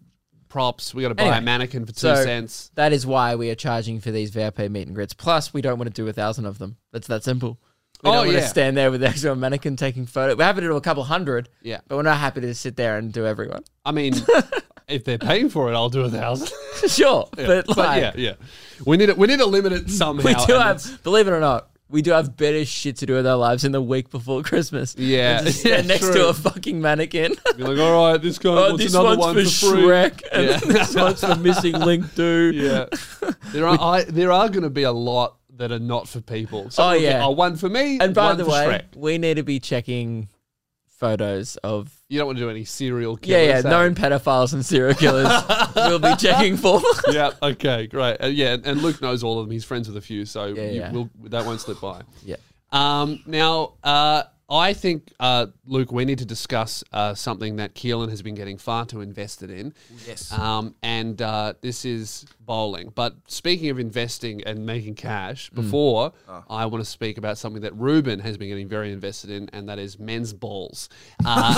A: props. We gotta buy a
B: Anyway,
A: mannequin for two
B: so-
A: cents.
B: That is why we are charging for these VIP meet and grits. Plus, we don't want to do a thousand of them. That's that simple. We
A: Oh,
B: don't want
A: yeah.
B: to stand there with the actual mannequin taking photo. We're happy to do a couple hundred,
A: Yeah,
B: but we're not happy to sit there and do everyone.
A: I mean, if they're paying for it, I'll do a thousand.
B: sure, but like
A: but yeah, yeah, we need it. We need to limit it somehow.
B: we do
A: and
B: have,
A: it's-
B: believe it or not, we do have better shit to do with our lives in the week before Christmas.
A: Yeah,
B: than to stand
A: yeah,
B: next
A: true.
B: to a fucking mannequin.
A: Be like, all right, this guy
B: oh,
A: wants
B: this
A: another
B: one's
A: one
B: for,
A: for free.
B: Shrek, and
A: Yeah.
B: this one's for Missing Link Two.
A: Yeah, there are I, there are going to be a lot that are not for people. So
B: Oh,
A: we'll get,
B: yeah.
A: oh, one for me.
B: And by
A: one
B: the
A: for
B: way,
A: Shrek.
B: we need to be checking photos of
A: you don't want to do any serial killers.
B: yeah, yeah,
A: eh?
B: known pedophiles and serial killers. we'll be checking for.
A: yeah. Okay. Great. Uh, yeah. And, and Luke knows all of them. He's friends with a few, so
B: Yeah,
A: you
B: yeah.
A: Will, that won't slip by.
B: yeah.
A: Um, now, uh, I think uh, Luke, we need to discuss uh, something that Keelan has been getting far too invested in.
D: Yes.
A: Um, and uh, this is bowling. But speaking of investing and making cash,
B: Mm.
A: before
B: Ah.
A: I want to speak about something that Ruben has been getting very invested in, and that is men's balls. Uh,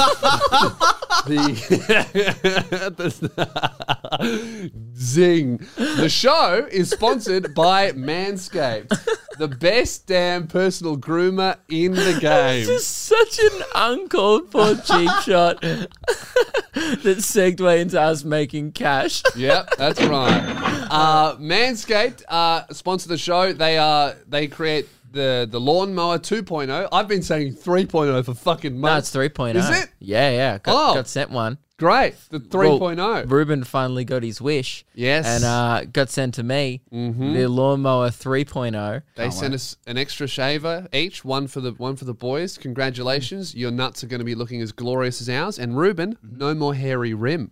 A: the zing. The show is sponsored by Manscaped, the best damn personal groomer in the game.
B: Just such an uncalled for cheap shot that segued into us making cash.
A: Yep, that's right. Uh, Manscaped uh, sponsor the show. They are they create the the lawnmower 2.0. I've been saying 3.0 for fucking
B: No, it's
A: months.
B: 3.0.
A: Is it?
B: Yeah, yeah. Got,
A: Oh.
B: got sent one.
A: Great, the oh. 3.0.
B: Well, Ruben finally got his wish.
A: Yes. Mm-hmm.
B: And uh, got sent to me the lawnmower oh. 3.0.
A: they sent us an extra shaver each, one for the one for the boys. Congratulations, your nuts are going to be looking as glorious as ours. And Ruben,
B: Mm-hmm.
A: no more hairy rim.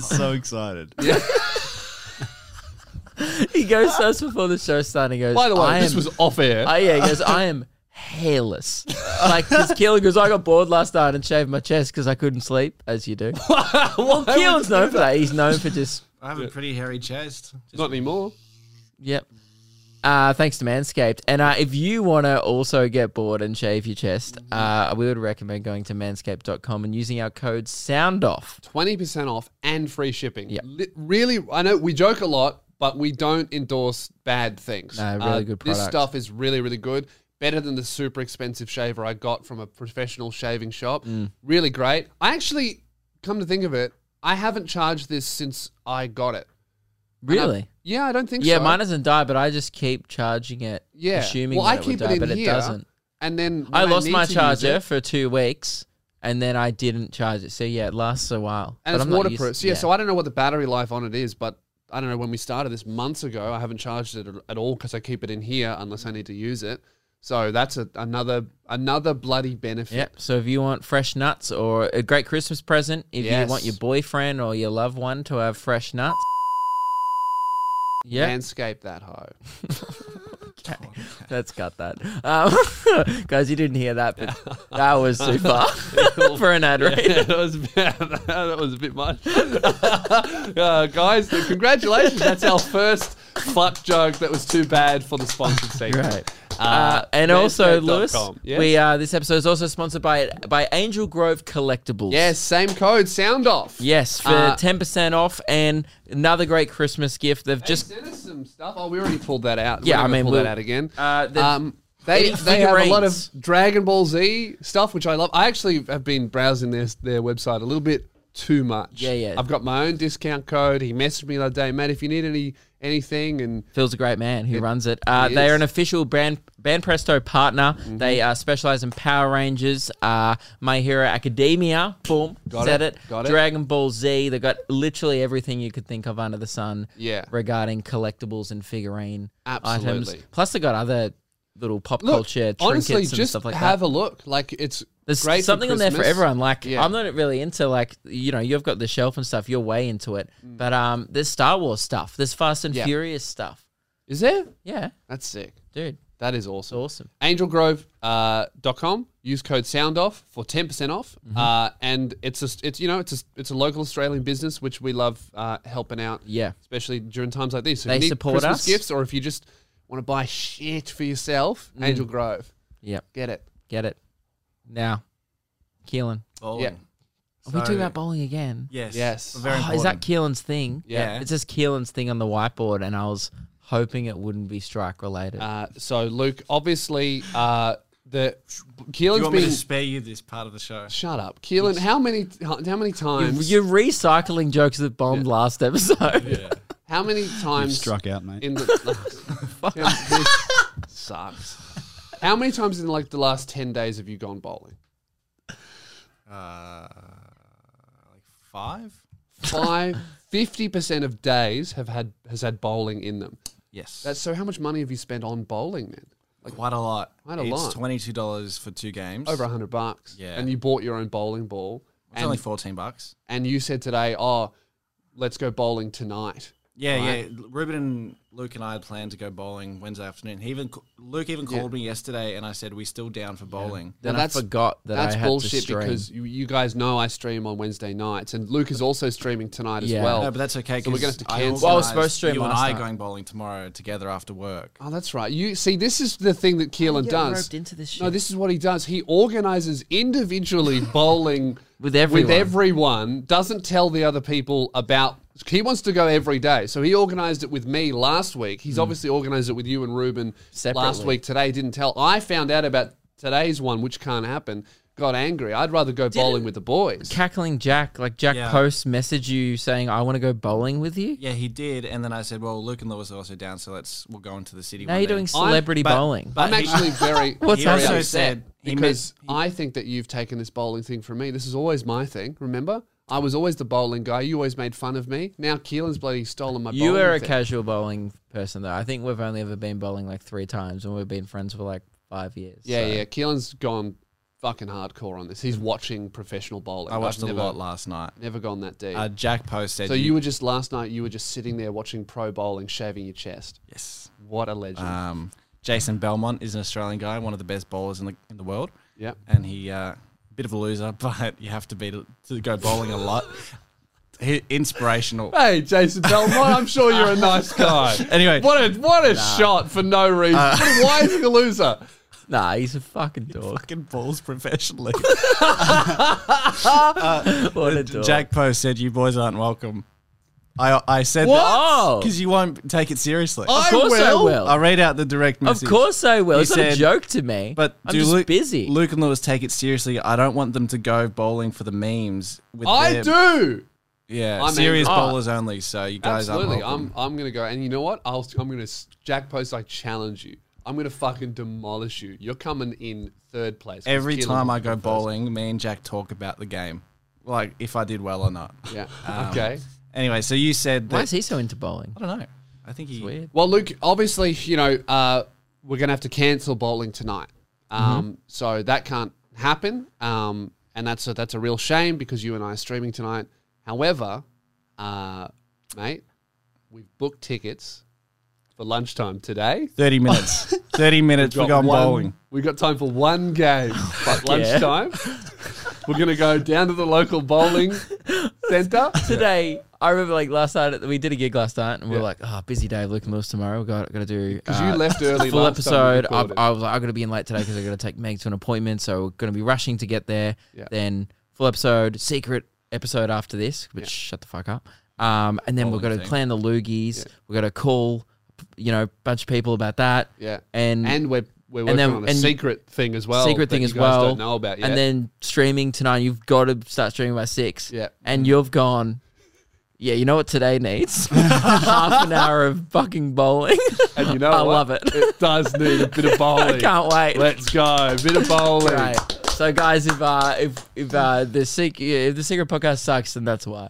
E: so excited.
B: He goes to us before the show started. He goes,
A: By the way,
B: I
A: this
B: am
A: was off air.
B: Oh yeah, he goes, I am hairless. Like because Keelan goes, I got bored last night and shaved my chest because I couldn't sleep, as you do. well, Keelan's known for that. He's known for just
D: I have a pretty hairy chest. Just
A: Not anymore.
B: yep. Uh, thanks to Manscaped. And uh, if you want to also get bored and shave your chest, uh, we would recommend going to manscaped.com and using our code SOUNDOFF.
A: twenty percent off and free shipping.
B: Yep.
A: Li- really, I know we joke a lot, but we don't endorse bad things. Uh,
B: No, really good
A: This
B: product.
A: stuff is really, really good. Better than the super expensive shaver I got from a professional shaving shop.
B: Mm.
A: Really great. I actually, come to think of it, I haven't charged this since I got it. And I-
B: Really?
A: yeah, I don't think
B: Yeah,
A: so.
B: mine doesn't die, but I just keep charging it,
A: Yeah.
B: assuming
A: Well,
B: that
A: I
B: it
A: keep
B: would
A: it
B: die,
A: in
B: but it
A: here.
B: doesn't.
A: And then when
B: I lost
A: need
B: my
A: to use
B: charger
A: it-
B: for two weeks, and then I didn't charge it. So yeah, it lasts a while.
A: and
B: But
A: it's
B: I'm not used-
A: waterproof. So yeah, so I don't know what the battery life on it is, but I don't know when we started this months ago. I haven't charged it at all because I keep it in here unless I need to use it. So that's a, another another bloody benefit.
B: Yep. So if you want fresh nuts or a great Christmas present, if you want
A: Yes.
B: your boyfriend or your loved one to have fresh nuts, yeah,
A: Manscape that hoe.
B: that's got that. Um, guys, you didn't hear that, but that was too far for an ad read.
A: that was that was a bit much. uh, guys, congratulations! That's our first fuck joke that was too bad for the sponsored segment.
B: Right. Uh, and also, Lewis,
A: manscaped.com. Yes.
B: we uh, this episode is also sponsored by by Angel Grove Collectibles.
A: Yes, same code. Sound off.
B: Yes, for
A: Uh,
B: ten percent off and another great Christmas gift. They've
A: Just
B: just
A: sent us some stuff. Oh, we already pulled that out. We're
B: Yeah,
A: not
B: I
A: gonna
B: mean,
A: pull that
B: we'll-
A: out again.
B: uh, the-
A: um, they
B: any
A: they have a lot of
B: figurines.
A: Dragon Ball Z stuff, which I love. I actually have been browsing their their website a little bit too much.
B: Yeah, yeah.
A: I've got my own discount code. He messaged me the other day, Matt. If you need any anything, and
B: Phil's a great man who runs it. Uh,
A: he
B: they
A: is. Mm-hmm.
B: are an official brand Band Presto partner. They uh, specialize in Power Rangers, uh, My Hero Academia. Boom,
A: Got
B: said
A: it, got it.
B: Dragon Ball Z. They got literally everything you could think of under the sun.
A: Yeah.
B: regarding collectibles and figurine
A: Absolutely.
B: items. Plus, they got other little pop
A: look,
B: culture trinkets
A: honestly,
B: and
A: just
B: stuff like
A: have a
B: that.
A: look. Like it's
B: There's
A: great for
B: something on there for
A: Christmas.
B: everyone. Like
A: Yeah.
B: I'm not really into like you know you've got the shelf and stuff. You're way into it, but um, there's Star Wars stuff. There's Fast and
A: Mm. Yeah.
B: Furious stuff.
A: Is there?
B: Yeah,
A: That's sick.
B: dude.
A: That is awesome.
B: awesome.
A: angelgrove.com. Uh, .com. use code SoundOff for ten percent off. Uh, and it's a it's you know it's a it's a local Australian business which we love uh, helping out.
B: Yeah.
A: especially during times like this. So
B: They
A: if you need
B: support
A: Christmas
B: us.
A: gifts, or if you just want to buy shit for yourself, Angel Grove,
B: Yep.
A: get it.
B: Get it. Now, Keelan.
D: Bowling.
A: Yeah.
B: Are we talking
D: So-
B: about bowling again?
D: Yes.
A: Yes.
D: Very
B: Oh, is that
D: important.
B: Keelan's thing?
D: Yeah.
B: It's just Keelan's thing on the whiteboard, and I was hoping it wouldn't be strike related.
A: Uh, so Luke, obviously, uh, the
D: you
A: Keelan's
D: want me
A: been
D: to spare you this part of the show?
A: shut up. Keelan, how many how many times
B: You're recycling jokes that bombed last episode.
A: how many
E: You've
A: times
E: struck out, mate.
A: in the Yeah, this sucks. How many times in like the last ten days have you gone bowling?
D: Uh, like five?
A: Five. 50% of days have had has had bowling in them.
D: Yes.
A: That's so how much money have you spent on bowling then?
D: quite a lot.
A: Quite a
D: it's
A: lot.
D: Twenty-two dollars for two games.
A: over a hundred bucks.
D: Yeah.
A: And you bought your own bowling ball.
D: It's
A: And,
D: only fourteen bucks.
A: and you said today, oh, let's go bowling tonight.
D: Yeah,
A: Right.
D: yeah. Ruben and Luke and I had planned to go bowling Wednesday afternoon. He even Luke even called me yesterday, and I said we're still down for bowling.
B: Then
A: Now
B: I forgot that
A: that's
B: I had to
A: bullshit
B: stream.
A: because you, you guys know I stream on Wednesday nights, and Luke is also streaming tonight as
B: Yeah.
A: well.
D: No, but that's okay.
A: So we're
D: 'cause
A: gonna have to
D: I
A: cancel.
B: Well, I was supposed to stream
D: You and
B: last
D: I
B: night.
D: going bowling tomorrow together after work.
A: oh, that's right. You see, this is the thing that Keelan
B: get
A: does.
B: roped into this
A: No,
B: shit.
A: this is what he does. He organizes individually bowling
B: With everyone.
A: With everyone, doesn't tell the other people about. He wants to go every day, so he organised it with me last week. He's obviously organised it with you and Ruben last
B: Hmm. Separately.
A: week. Today didn't tell. I found out about today's one, which can't happen. Got angry. I'd rather go bowling with the boys.
B: Cackling Jack, like Jack
D: Yeah.
B: Post messaged you saying, I want to go bowling with you.
D: Yeah, he did, and then I said, "Well, Luke and Lewis are also down, so let's we'll go into the city."
B: Now
D: one
B: you're
D: day."
B: doing celebrity
D: but-
B: bowling.
D: but
A: I'm
D: he-
A: actually very.
B: What's
D: he also
B: happening?
D: said he
A: because
D: met-
A: I think that you've taken this bowling thing from me. This is always my thing. Remember, I was always the bowling guy. You always made fun of me. Now Keelan's bloody stolen my.
B: You
A: bowling
B: are a
A: thing.
B: casual bowling person, though. I think we've only ever been bowling like three times, and we've been friends for like five years.
A: Yeah,
B: so.
A: yeah. Keelan's gone fucking hardcore on this. He's watching professional bowling.
D: I watched
A: I've
D: a
A: never,
D: lot last night.
A: Never gone that deep.
D: Uh, Jack Post said,
A: so you were just last night. You were just sitting there watching pro bowling, shaving your chest.
D: yes."
A: What a legend.
D: Um, Jason Belmont is an Australian guy, one of the best bowlers in the in the world,
A: yep.
D: and he uh, bit of a loser, but you have to be to, to go bowling a lot. He, inspirational.
A: Hey, Jason Belmont. I'm sure you're a nice guy.
D: Anyway, Uh,
A: What a what a shot for no reason. Why is he a loser?
B: Nah, he's a fucking dog.
D: fucking balls professionally.
B: What a dog.
D: Jack Post said, "You boys aren't welcome." I I said
B: What? Oh.
D: because you won't take it seriously.
B: Of course I will.
D: I'll read out the direct
B: Of
D: message.
B: course I will.
D: He
B: It's not a
D: said-
B: joke to me.
D: But
B: I'm
D: do
B: just
D: Luke,
B: busy.
D: Luke and Lewis take it seriously. I don't want them to go bowling for the memes. With
A: I
D: their-
A: do.
D: Yeah,
A: I'm
D: serious
B: oh.
A: angry.
D: bowlers only. So you guys
A: Absolutely.
D: aren't welcome.
A: I'm I'm gonna go. And you know what? I'll I'm gonna s- Jack Post. I challenge you. I'm gonna fucking demolish you. You're coming in third place. 'cause
D: Every
A: Keelan
D: time
A: was
D: I go
A: first.
D: bowling, me and Jack talk about the game, like if I did well or not.
A: Yeah.
D: Um,
A: okay.
D: Anyway, so you said
B: Why
D: that
B: is he so into bowling?
D: I don't know. I think he.
B: Weird.
A: Well, Luke, obviously, you know, uh, we're going to have to cancel bowling tonight.
D: Mm-hmm.
A: Um, So that can't happen. Um, and that's a, that's a real shame because you and I are streaming tonight. However, uh, mate, we've booked tickets for lunchtime today.
D: Thirty minutes. Thirty minutes. We're going
A: one-
D: bowling.
A: We've got time for one game at lunchtime. we're going to go down to the local bowling center.
B: Today, I remember like last night, we did a gig last night, and we were
A: Yeah.
B: like, oh, busy day of Luke and Lewis tomorrow. we got, got to do.
A: Because you left early
B: Uh, full
A: last time we
B: episode. I,
A: recorded.
B: I was like, I'm gonna be in late today because I gotta take Meg to an appointment, so we're gonna be rushing to get there.
A: Yeah.
B: Then full episode, secret episode after this, which shut the fuck up. Um, and then we're
D: Bowling
B: gonna
D: thing.
B: plan the loogies. We're gonna call, you know, bunch of people about that.
A: Yeah.
B: and
A: and we're we're working
B: And then-
A: on a
B: and-
A: secret thing as well.
B: secret
A: that
B: thing
A: you
B: as
A: guys
B: well.
A: Don't know about yet.
B: And then streaming tonight. You've got to start streaming by six.
A: Yeah.
B: and you've gone. Yeah, you know what today needs? Half an hour of fucking bowling.
A: And you know
B: I
A: what?
B: love it.
A: It does need a bit of bowling.
B: I can't wait.
A: Let's go. A bit of bowling.
B: Right. So, guys, if uh, if if uh, the secret if the secret podcast sucks, then that's why.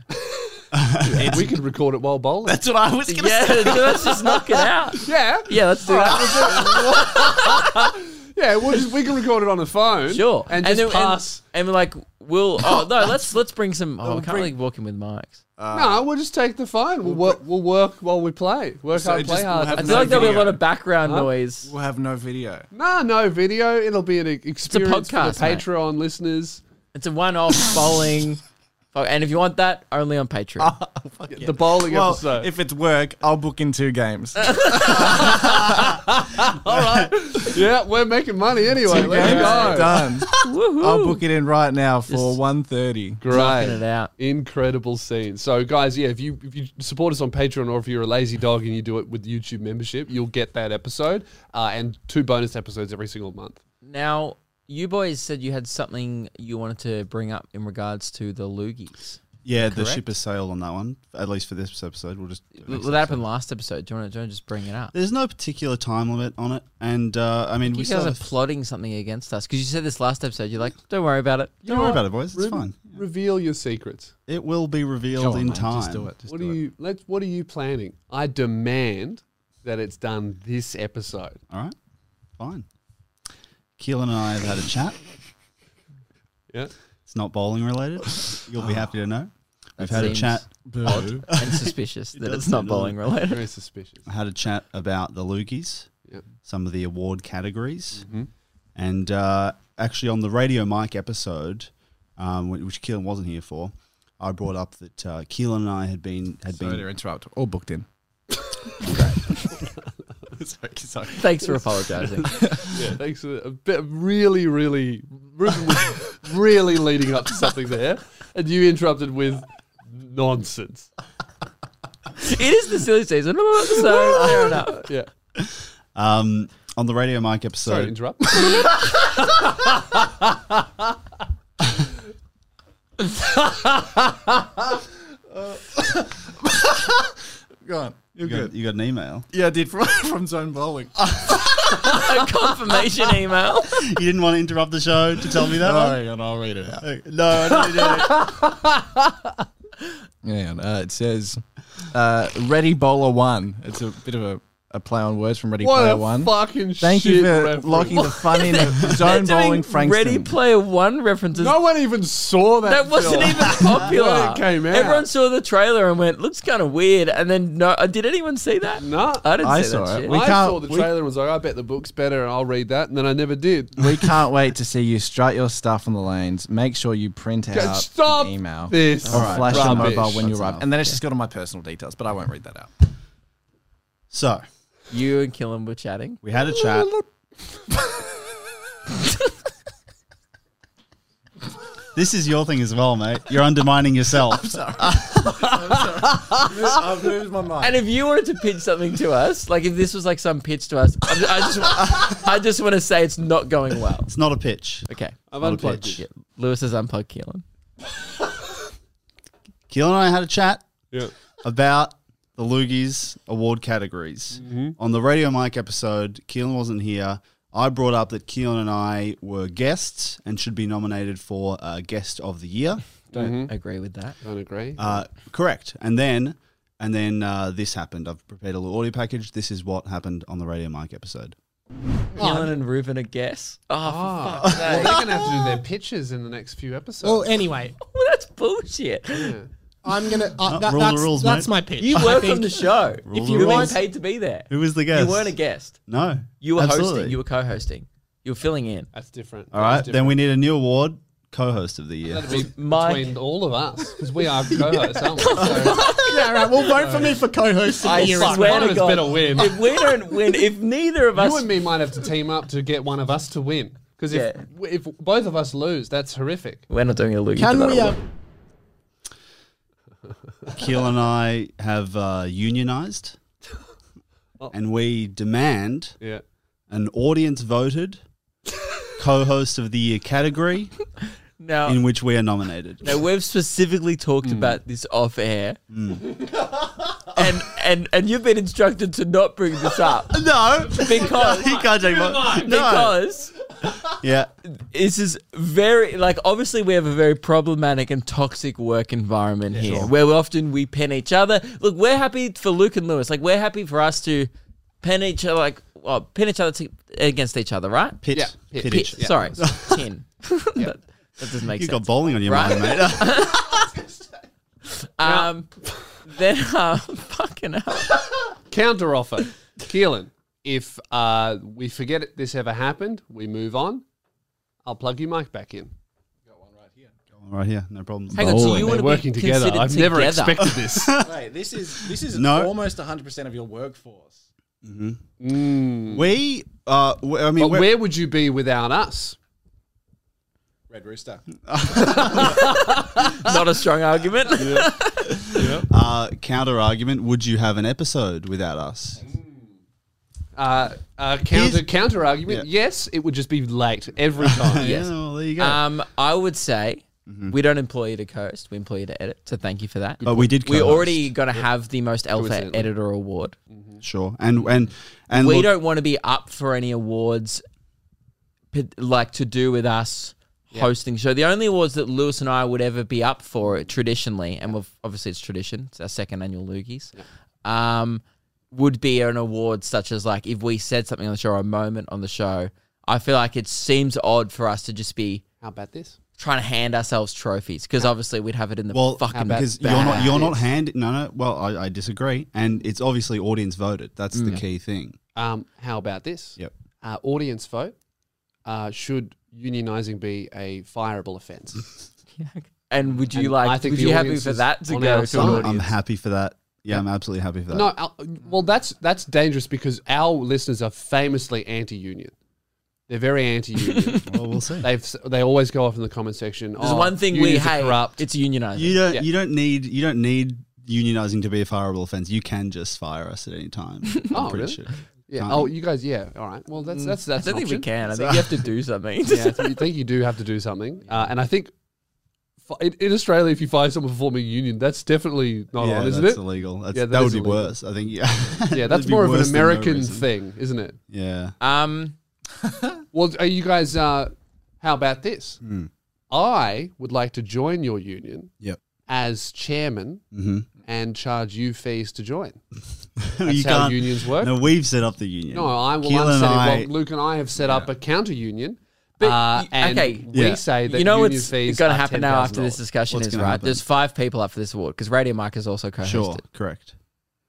A: We could record it while bowling.
E: That's what I was going
B: yeah, let's just knock it out.
A: yeah.
B: Yeah, let's do that.
A: Yeah, we'll just, we can record it on the phone.
B: Sure.
A: And just
B: then-
A: pass.
B: And, we're like, We'll. Oh no. Let's let's bring some. Oh, I can't really walk in with mics.
D: Um,
A: no, we'll just take the phone. We'll work, we'll work while we play. Work
D: So
A: hard,
D: it
A: play
D: just-
A: hard.
D: we'll
B: I
D: have-
B: feel
D: No
B: like there'll be a
D: video.
B: lot of background noise.
D: We'll have no video.
A: no, no video. It'll be an e- experience
B: podcast,
A: for the
B: mate.
A: Patreon listeners.
B: It's a one-off bowling. Oh, And if you want that, only on Patreon.
A: The bowling
D: Well,
A: episode.
D: if it's work, I'll book in two games.
A: yeah, we're making money anyway. Let's
D: Games
A: go.
D: done.
B: Woohoo!
D: I'll book it in right now for
B: Just-
D: 1.30.
A: Great.
B: it out.
A: Incredible scene. So, guys, yeah, if you if you support us on Patreon or if you're a lazy dog and you do it with YouTube membership, you'll get that episode uh, and two bonus episodes every single month.
B: Now, you boys said you had something you wanted to bring up in regards to the loogies.
E: Yeah, the ship has sailed on that one. At least for this episode, we'll just. do it
B: Well,
E: next
B: that
E: episode.
B: happened last episode. Do you want to, do you want to just bring it up?
E: There's no particular time limit on it, and uh, I mean,
B: You
E: we
B: guys
E: still
B: are
E: have,
B: plotting something against us because you said this last episode. You're like, don't worry about it.
E: don't worry about it, boys. It's
A: Re-
E: fine.
A: Reveal your secrets.
E: It will be revealed
D: Come on,
E: in
D: mate,
E: time.
D: Just do it. Just
A: What
D: do
A: are
D: it.
A: you let's what are you planning? I demand that it's done this episode.
E: All right, fine. Keelan and I have had a chat.
A: Yeah.
E: It's not bowling related. You'll be happy to know. We've had a
B: seems
E: chat.
D: Boo.
B: And suspicious that
E: does
B: it's
E: seem
B: not
E: to
B: bowling related.
A: Very suspicious.
E: I had a chat about the loogies,
A: Yep.
E: some of the award categories, and uh, actually on the radio mic episode, um, wh- which Keelan wasn't here for, I brought up that uh, Keelan and I had been had
D: Sorry to
E: been
D: interrupt. All booked in. sorry, sorry.
B: Thanks for apologizing.
A: Yeah, thanks. For a bit, really, really, Ruben was really leading up to something there, and you interrupted with nonsense.
B: it is the silly season, so fair enough.
A: Yeah.
E: um, on the radio mic
A: Sorry to
E: episode.
A: interrupt.
D: Go on. You're
E: you got,
D: good.
E: you got an email.
D: Yeah, I did from, from Zone Bowling.
B: A confirmation email.
E: you didn't want to interrupt the show to tell me that. one?
D: and I'll read it out.
E: No, I don't need to.
D: And uh, it says uh, Ready Bowler 1. It's a bit of a, a play on words from Ready
A: What
D: Player
A: a
D: 1.
A: fucking
D: Thank
A: shit
D: you for
A: reference.
D: locking the fun in of
B: They're
D: Zone
B: doing
D: Bowling Frankston.
B: Ready Player One references.
A: No one even saw that.
B: That wasn't
A: film.
B: even popular.
A: When it came out.
B: Everyone saw the trailer and went, "Looks kind of weird." And then, no, uh, did anyone see that?
A: No.
B: I didn't
D: I
B: see
D: saw
B: that
D: it.
B: shit.
D: We
A: I
D: can't-
A: saw the
D: we-
A: trailer and was like, I bet the book's better and I'll read that. And then I never did.
D: we can't wait to see you strut your stuff on the lanes. Make sure you print out an
A: Stop
D: email.
A: this.
D: Or flash your
A: rubbish.
D: mobile when you
E: That's
D: arrive.
E: enough.
D: And then it's just got all my personal details, but I won't read that out.
E: So
B: You and Killam were chatting.
E: we had a chat. this is your thing as well, mate. You're undermining yourself.
D: I've moved my mind.
B: And if you wanted to pitch something to us, like if this was like some pitch to us, I just, I just, I just want to say it's not going well.
E: It's not a pitch.
B: Okay,
A: I've
E: Not a
A: unplugged
E: pitch.
A: it.
B: yeah. Lewis has unplugged Keelan.
E: Keelan and I had a chat
A: Yeah.
E: about the Loogies award categories. On the Radio Mike episode, Keelan wasn't here. I brought up that Keelan and I were guests and should be nominated for uh, Guest of the Year.
A: Mm-hmm.
B: Don't agree with that.
A: Don't agree.
E: Uh, correct. And then, and then uh, this happened. I've prepared a little audio package. This is what happened on the Radio Mike episode.
B: Keelan and Reuben, a guess. Oh,
A: Ah, well, they're going to have to do their pitches in the next few
F: Well,
A: episodes.
F: anyway,
B: well, that's bullshit.
F: I'm gonna. Uh,
E: Not
F: that,
E: rule the
F: that's
E: rules,
F: that's
E: mate.
F: my pitch.
B: You
F: I
B: work
F: think-
B: on the show.
E: Rule
B: If
E: the
B: you were
E: rules.
B: paid to be there,
E: Who was the guest?
B: you weren't a guest.
E: No,
B: You were
E: absolutely.
B: hosting. You were co-hosting. You were filling in.
A: That's different.
E: All right. Then we need a new award, co-host of the year.
A: That'd be
B: My-
A: between all of us because we are co-hosts, aren't we? So
F: yeah, right. Well, vote for me for co-host of the
B: I
F: year. as
B: swear
F: well.
A: one of us
B: God.
A: better win.
B: If we don't win, if neither of us,
A: You and me might have to team up to get one of us to win because if
B: Yeah.
A: if both of us lose, that's horrific.
B: we're not doing a Luke.
F: Can we? Uh,
E: Keelan and I have uh, unionized, and we demand
A: Yeah.
E: an audience-voted co-host of the year category
B: now?
E: in which we are nominated.
B: Now we've specifically talked
E: Hmm.
B: about this off air, and and and you've been instructed to not bring this up
E: No,
B: because
E: you can't take my. No,
B: because
E: yeah.
B: this is very like obviously we have a very problematic and toxic work environment here where we often we pen each other. Look, we're happy for Luke and Lewis. Like we're happy for us to pen each other like well, pen each other to, against each other, right?
E: Pit,
A: Yeah, pit.
E: pit.
B: Pit, sorry, pin. That doesn't make
E: You got
B: sense.
E: bowling on your
B: Right.
E: mind, mate.
B: um, then um, fucking hell.
A: Counter offer. Keelan, if uh, we forget it, this ever happened, we move on. I'll plug your mic back in.
E: right here, no problems.
B: Hang on, so
E: Bowling.
B: you
A: They're
B: want to
A: working
B: be
A: together.
B: considered
A: I've never
B: together.
A: expected this.
D: Wait, this is this is
E: No.
D: almost 100% of your workforce.
E: we, uh, we, I mean,
A: but
E: we're-
A: where would you be without us?
D: Red Rooster.
B: Not a strong argument.
E: uh, counter argument: Would you have an episode without us?
A: Uh, uh, counter
E: Here's-
A: counter argument. Yes, it would just be late every time.
E: Yeah, well, there you
A: Uh,
E: go.
B: Um, I would say we don't employ you to host; we employ you to edit. So thank you for that.
E: but we did.
B: We're
E: co-host.
B: already going to have the most alpha
A: Coincidentally.
B: editor award.
E: sure, and and and
B: We
E: look-
B: don't want to be up for any awards p- like to do with us hosting. So the only awards that Lewis and I would ever be up for traditionally, and we've, obviously it's tradition, it's our second annual Loogies, um, would be an award such as like if we said something on the show or a moment on the show. I feel like it seems odd for us to just be
A: How about this?
B: trying to hand ourselves trophies because obviously we'd have it in the
E: Well,
B: fucking
E: because you're not you're not hand. No, no. Well, I, I disagree, and it's obviously audience voted. That's
A: Mm.
E: the key thing.
A: Um, how about this?
E: Yep.
A: Uh, audience vote. Uh, should unionizing be a fireable offense?
B: And would you
A: And I
B: like?
A: think
B: Would
A: the
B: you happy
A: audience
B: for
A: is
B: that to
A: on
B: go
A: our
B: to an
A: side.
E: I'm,
B: audience?
E: I'm happy for that. Yeah, I'm absolutely happy for that.
A: no. uh, well, that's that's dangerous because our listeners are famously anti-union. They're very anti-union.
E: well, we'll see.
A: They've they always go off in the comment section.
B: There's
A: "Oh,
B: one thing we
A: unions are
B: hate.
A: Corrupt.
B: It's unionizing.
E: You don't.
A: Yeah.
E: You don't need. You don't need unionizing to be a fireable offense. You can just fire us at any time. I'm
A: Oh,
E: pretty
A: really?
E: sure.
A: yeah.
E: can't
A: Oh,
E: you?
A: you guys. Yeah. All right. Well, that's that's
B: Mm. I
A: that's.
B: don't
A: an
B: think we
A: option.
B: can. I think you have to do something.
A: yeah, I th- you think you do have to do something. Uh, and I think fi- in, in Australia, if you find someone performing union, that's definitely not
E: yeah,
A: on, Oh, isn't
E: that's
A: it?
E: illegal. That's,
A: Yeah,
E: that,
A: that
E: would
A: is
E: be
A: illegal.
E: worse. I think. Yeah.
A: Yeah,
E: It'd
A: that's
E: be
A: more of an
E: worse than no
A: American
E: reason.
A: thing, isn't it?
E: Yeah.
B: Um,
A: Well, are you guys? Uh, how about this?
E: Hmm.
A: I would like to join your union
E: Yep.
A: as chairman
E: Mm-hmm.
A: and charge you fees to join.
E: you
A: That's how
E: can't.
A: unions work.
E: No, we've set up the union.
A: No, I will.
E: Keelan
A: I'm
E: and
A: setting,
E: I,
A: well, Luke and I have set up a counter union.
B: But
A: uh,
B: y-
A: and
B: okay.
A: we
E: Yeah.
A: say that
B: you know
A: union
B: what's
A: fees
B: going to
A: are
B: happen now after
A: $10,000.
B: this discussion
E: What's
B: is
E: gonna
B: right.
E: happen?
B: There's five people up for this award because Radio Mike is also co-hosted.
E: Sure. Mm-hmm. Correct.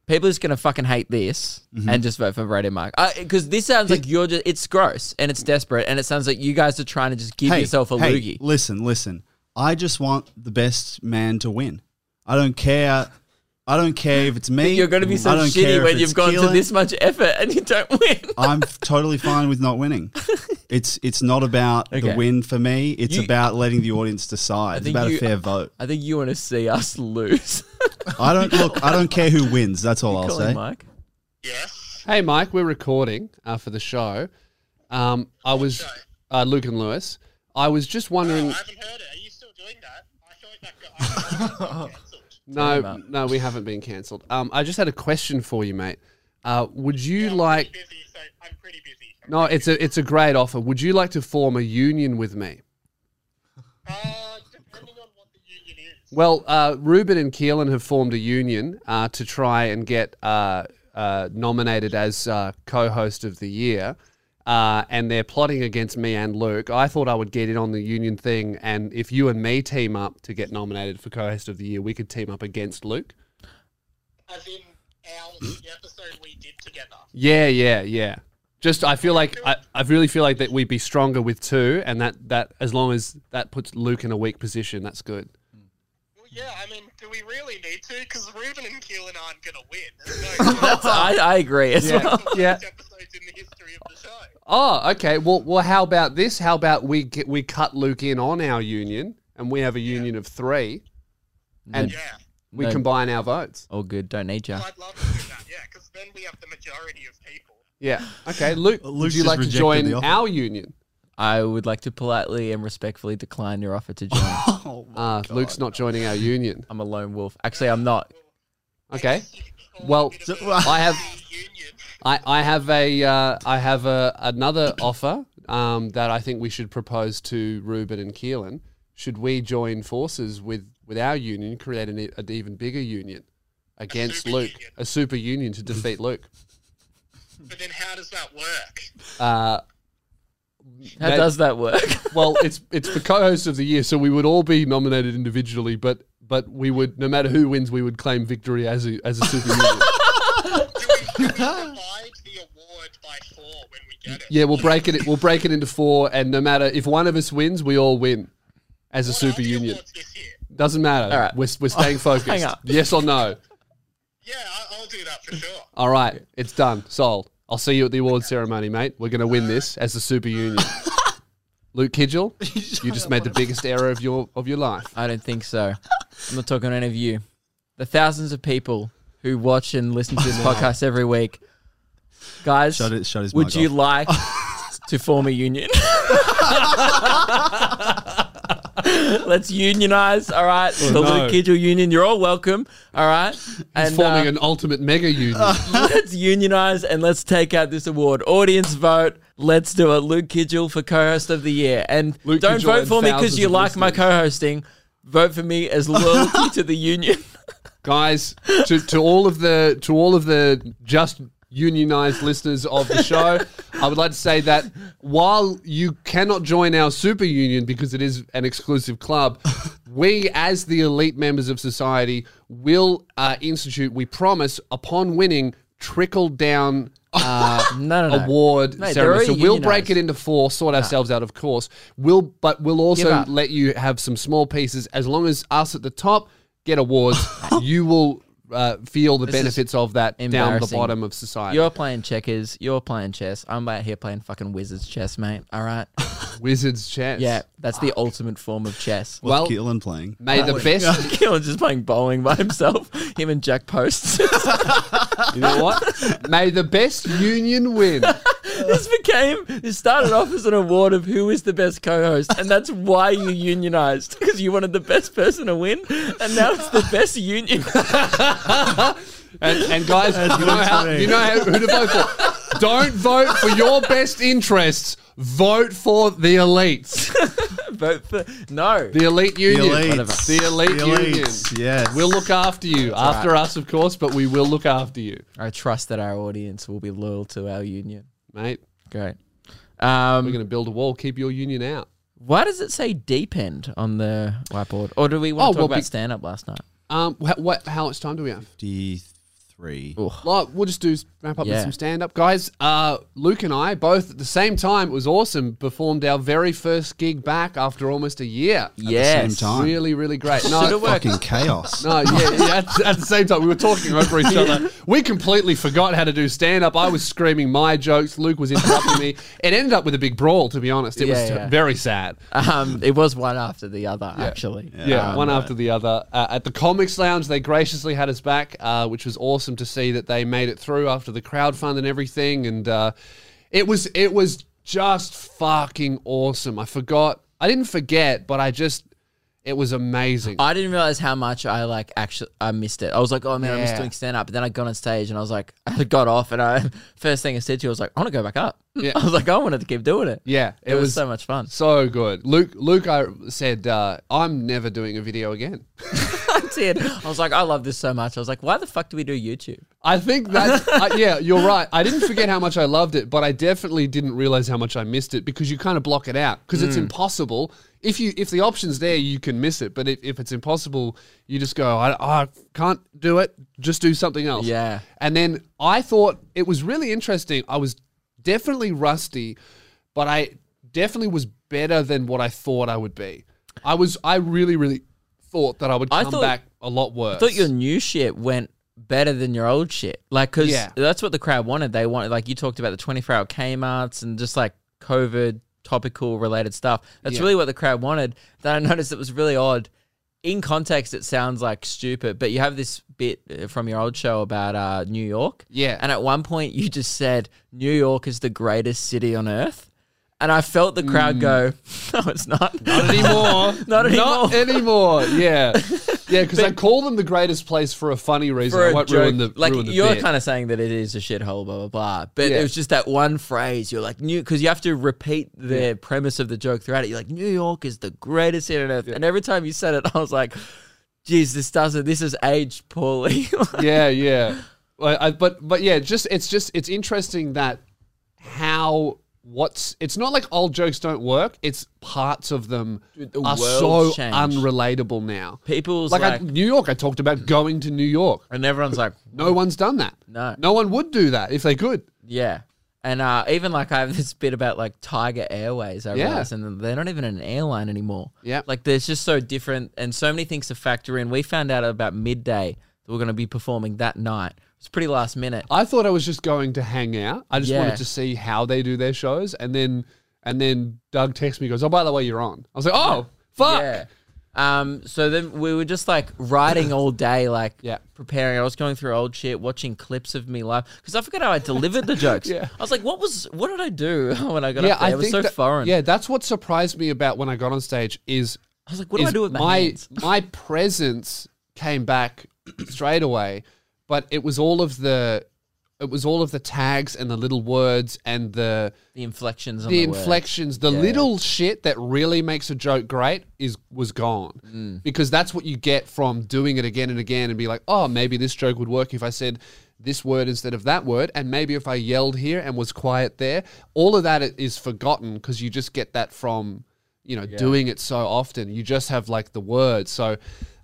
B: People who's going to fucking hate this and just vote for Radio Mike because this sounds like you're just. It's gross and it's desperate and it sounds like you guys are trying to just give yourself a
E: hey,
B: loogie.
E: Listen, listen. I just want the best man to win. I don't care. I don't care if it's me.
B: You're going to be
E: I
B: so
E: don't care
B: shitty
E: if
B: when you've
E: it's
B: gone to
E: Keelan.
B: this much effort and you don't win.
E: I'm f- totally fine with not winning. It's it's not about
B: Okay.
E: the win for me. It's
B: You-
E: about letting the audience decide. It's
B: think
E: about
B: you-
E: a fair vote.
B: I think you want to see us lose.
E: I don't look. I don't care who wins. That's all I'll
B: Colin
E: say.
B: Mike.
A: Hey, Mike, we're recording uh, for the show. Um, I was uh, Luke and Lewis. I was just wondering.
G: I haven't heard it. Are you still doing that? I thought that got, I thought that got cancelled.
A: No, no, we haven't been cancelled. Um, I just had a question for you, mate. Uh, would you
G: I'm
A: like?
G: pretty busy, so I'm pretty busy.
A: No, it's a it's a great offer. Would you like to form a union with me?
G: Uh, depending on what the union is.
A: Well, uh, Ruben and Keelan have formed a union uh, to try and get uh, uh, nominated as uh, co-host of the year, uh, and they're plotting against me and Luke. I thought I would get in on the union thing, and if you and me team up to get nominated for co-host of the year, we could team up against Luke.
G: As in our the episode we did together.
A: Yeah, yeah, yeah. Just I feel like I, I really feel like that we'd be stronger with two, and that that as long as that puts Luke in a weak position, that's good.
G: Well, yeah, I mean, do we really need to? Because Ruben and Keelan aren't going to win. There's no
B: That's, I, I agree as well.
A: yeah.
G: episodes in the history of the show.
A: Oh, okay. Well, well, how about this? How about we get, we cut Luke in on our union, and we have a union of three, and
G: Yeah.
A: we
B: No.
A: combine our votes.
B: All good. Don't need you.
G: I'd love to do that, yeah, because then we have the majority of people.
A: Yeah. Okay, Luke.
E: Luke
A: would you
E: just
A: like to
E: rejected
A: join
E: the offer.
A: our union?
B: I would like to politely and respectfully decline your offer to join.
E: Oh,
A: Uh, Luke's not joining our union.
B: I'm a lone wolf. Actually, I'm not.
A: Okay. Well, I have
G: Union.
A: I, I have a uh, I have a another offer um, that I think we should propose to Ruben and Keelan. Should we join forces with, with our union, create an, e- an even bigger union against
G: super
A: Luke,
G: union.
A: a super union to defeat Luke?
G: But then how does that work?
A: Uh,
B: How
A: Nat-
B: does that work?
A: well, it's it's the co-host of the year, so we would all be nominated individually, but but we would no matter who wins, we would claim victory as a as a super unit.
G: Do we, do we divide the award by four when we get it?
A: Yeah, we'll break it we'll break it into four, and no matter if one of us wins, we all win as a
G: What
A: super
G: are the
A: union.
G: awards this year?
A: Doesn't matter.
B: All right.
A: We're we're staying focused.
B: up.
A: Yes or no.
G: Yeah, I, I'll do that for sure.
A: All right, it's done. Sold. I'll see you at the awards ceremony, mate. We're going to win this as the super union. Luke Kidgel, you just made the biggest error of your of your life.
B: I don't think so. I'm not talking to any of you. The thousands of people who watch and listen to this podcast every week. Guys,
E: Shut it- shut his
B: would
E: mic
B: you
E: off.
B: like to form a union? Let's unionize, all right? the Luke Kidgel Union, you're all welcome, all right? And
A: It's forming
B: uh,
A: an ultimate mega union.
B: let's unionize and let's take out this award. Audience vote. Let's do it. Luke Kidgel for co-host of the year. And
A: Luke
B: don't
A: Kidgel
B: vote
A: and
B: for me because you
A: thousands of
B: like my
A: listeners.
B: co-hosting. Vote for me as loyalty to the union.
A: guys to, to all of the to all of the just unionized listeners of the show i would like to say that while you cannot join our super union because it is an exclusive club we as the elite members of society will uh, institute we promise upon winning trickle down uh,
B: No, no, no.
A: award
B: Mate, they're
A: ceremony. So
B: already
A: we'll
B: unionised.
A: break it into four, sort ourselves out, of course. We'll, but we'll
B: Give
A: also
B: up.
A: let you have some small pieces as long as us at the top get awards. you will uh, feel the
B: This is
A: benefits of that down the
B: embarrassing.
A: bottom of society.
B: You're playing checkers. You're playing chess. I'm out here playing fucking wizard's chess, mate. All right.
A: Wizards chance.
B: Yeah, that's the ultimate form of chess.
E: What's
A: Well-
E: Keelan playing?
A: May the best
B: Keelan's just playing bowling by himself. Him and Jack Post.
A: you know what? May the best union win.
B: this became this started off as an award of who is the best co-host and that's why you unionized because you wanted the best person to win and now it's the best union
A: And, and guys, you know how
E: funny.
A: you know how, who to vote for. Don't vote for your best interests. Vote for the elites.
B: vote for no
A: The elite union.
E: elites.
A: The elite
E: The
A: union.
E: elites, yes.
A: We'll look after you. after us, of course, but we will look after you,
B: i trust that our audience will be loyal to our union
A: mate.
B: great
A: We're
B: um,
A: going to build a wall. Keep your union out.
B: why does it say deep end on the whiteboard or do we want to
A: Oh,
B: talk
A: well,
B: about
A: be-
B: stand up last night
A: Um, wha what? How much time do we have?
E: 53.
A: Like, we'll just do s- wrap up
B: Yeah.
A: with some stand up, guys. Uh, Luke and I both at the same time. It was awesome. Performed our very first gig back after almost a year.
B: yes
E: same time.
A: Really, really great.
B: Should've
A: No,
B: worked.
E: Fucking chaos.
A: No, Oh, yeah, yeah at, at the same time, we were talking over each other. We completely forgot how to do stand up. I was screaming my jokes. Luke was interrupting me. It ended up with a big brawl, to be honest. It was
B: Yeah, yeah.
A: very sad.
B: um, it was one after the other actually
A: Yeah,
B: Um,
A: one after the other. Uh, at the Comics Lounge, they graciously had us back, uh, which was awesome to see that they made it through after the crowdfund and everything. And uh, it was it was just fucking awesome. I forgot. I didn't forget, but I just it was amazing.
B: I didn't realize how much I like actually I missed it. I was like, oh man, I was
A: Yeah.
B: doing stand up, but then I got on stage and I was like, I got off, and I first thing I said to you, I was like, I want to go back up.
A: Yeah.
B: I was like, I wanted to keep doing it.
A: yeah,
B: it, was, so much fun.
A: So good. Luke Luke I said uh, I'm never doing a video again.
B: I did. I was like, I love this so much. I was like, why the fuck do we do YouTube?
A: I think that uh, yeah, you're right. I didn't forget how much I loved it, but I definitely didn't realize how much I missed it because you kind of block it out because
B: Mm.
A: it's impossible. If you if the option's there, you can miss it, but if, if it's impossible, you just go I, I can't do it. Just do something else.
B: Yeah.
A: And then I thought it was really interesting. I was definitely rusty, but I definitely was better than what I thought I would be. I was I really really thought that I would
B: I
A: come
B: thought-
A: back a lot worse.
B: I thought your new shit went better than your old shit, like because
A: Yeah.
B: that's what the crowd wanted. They wanted like you talked about the twenty four hour Kmart's and just like COVID topical related stuff. That's
A: Yeah.
B: really what the crowd wanted. Then I noticed it was really odd. in context, it sounds like stupid, but you have this bit uh, from your old show about uh, New York.
A: Yeah.
B: And at one point, you just said, New York is the greatest city on earth. And I felt the
A: Mm.
B: crowd go, No, it's not.
A: Not anymore.
B: Not anymore.
A: Not anymore. Yeah. Yeah, because I call them the greatest place for a funny reason.
B: For
A: I
B: a
A: won't
B: joke.
A: ruin the
B: like
A: ruin the
B: you're
A: bit.
B: kind of saying that it is a shithole, blah blah blah. But
A: Yeah.
B: it was just that one phrase. You're like new because you have to repeat the premise of the joke throughout it. You're like New York is the greatest city on earth, and every time you said it, I was like, "Geez, this doesn't. This is aged poorly."
A: yeah, yeah. Well, I, but but yeah, just it's just it's interesting that how what's it's not like old jokes don't work. It's parts of them
B: Dude, the
A: are so
B: world's changed.
A: unrelatable now.
B: People's
A: Like, I,
B: like,
A: New York, I talked about going to New York.
B: and everyone's like,
A: No one's done that.
B: No.
A: no one would do that if they could.
B: yeah. And uh, even like I have this bit about like Tiger Airways, I
A: Yeah.
B: realize, and they're not even an airline anymore.
A: Yeah.
B: like there's just so different, and so many things to factor in. We found out about midday that we're going to be performing that night. It's pretty last minute. Oh,
A: I thought I was just going to hang out. I just
B: Yeah.
A: wanted to see how they do their shows, and then and then Doug texts me, goes, "Oh, by the way, you're on." I was like, "Oh, fuck."
B: Yeah. Um, so then we were just like writing all day, like
A: Yeah.
B: preparing. I was going through old shit, watching clips of me live because I forgot how I delivered the jokes.
A: Yeah.
B: I was like, what was, what did I do when I got
A: Yeah,
B: up there?
A: I
B: it was
A: think
B: so
A: that-
B: foreign.
A: Yeah, that's what surprised me about when I got on stage is
B: I was like, what do I
A: is
B: do with my,
A: my
B: hands?
A: my presence came back straight away, but it was all of the it was all of the tags and the little words and the
B: The inflections on
A: the
B: the,
A: inflections, the little shit that really makes a joke great is was gone because that's what you get from doing it again and again and be like, oh, maybe this joke would work if I said this word instead of that word, and maybe if I yelled here and was quiet there. All of that i- is forgotten because you just get that from you know doing it so often. You just have like the word. So,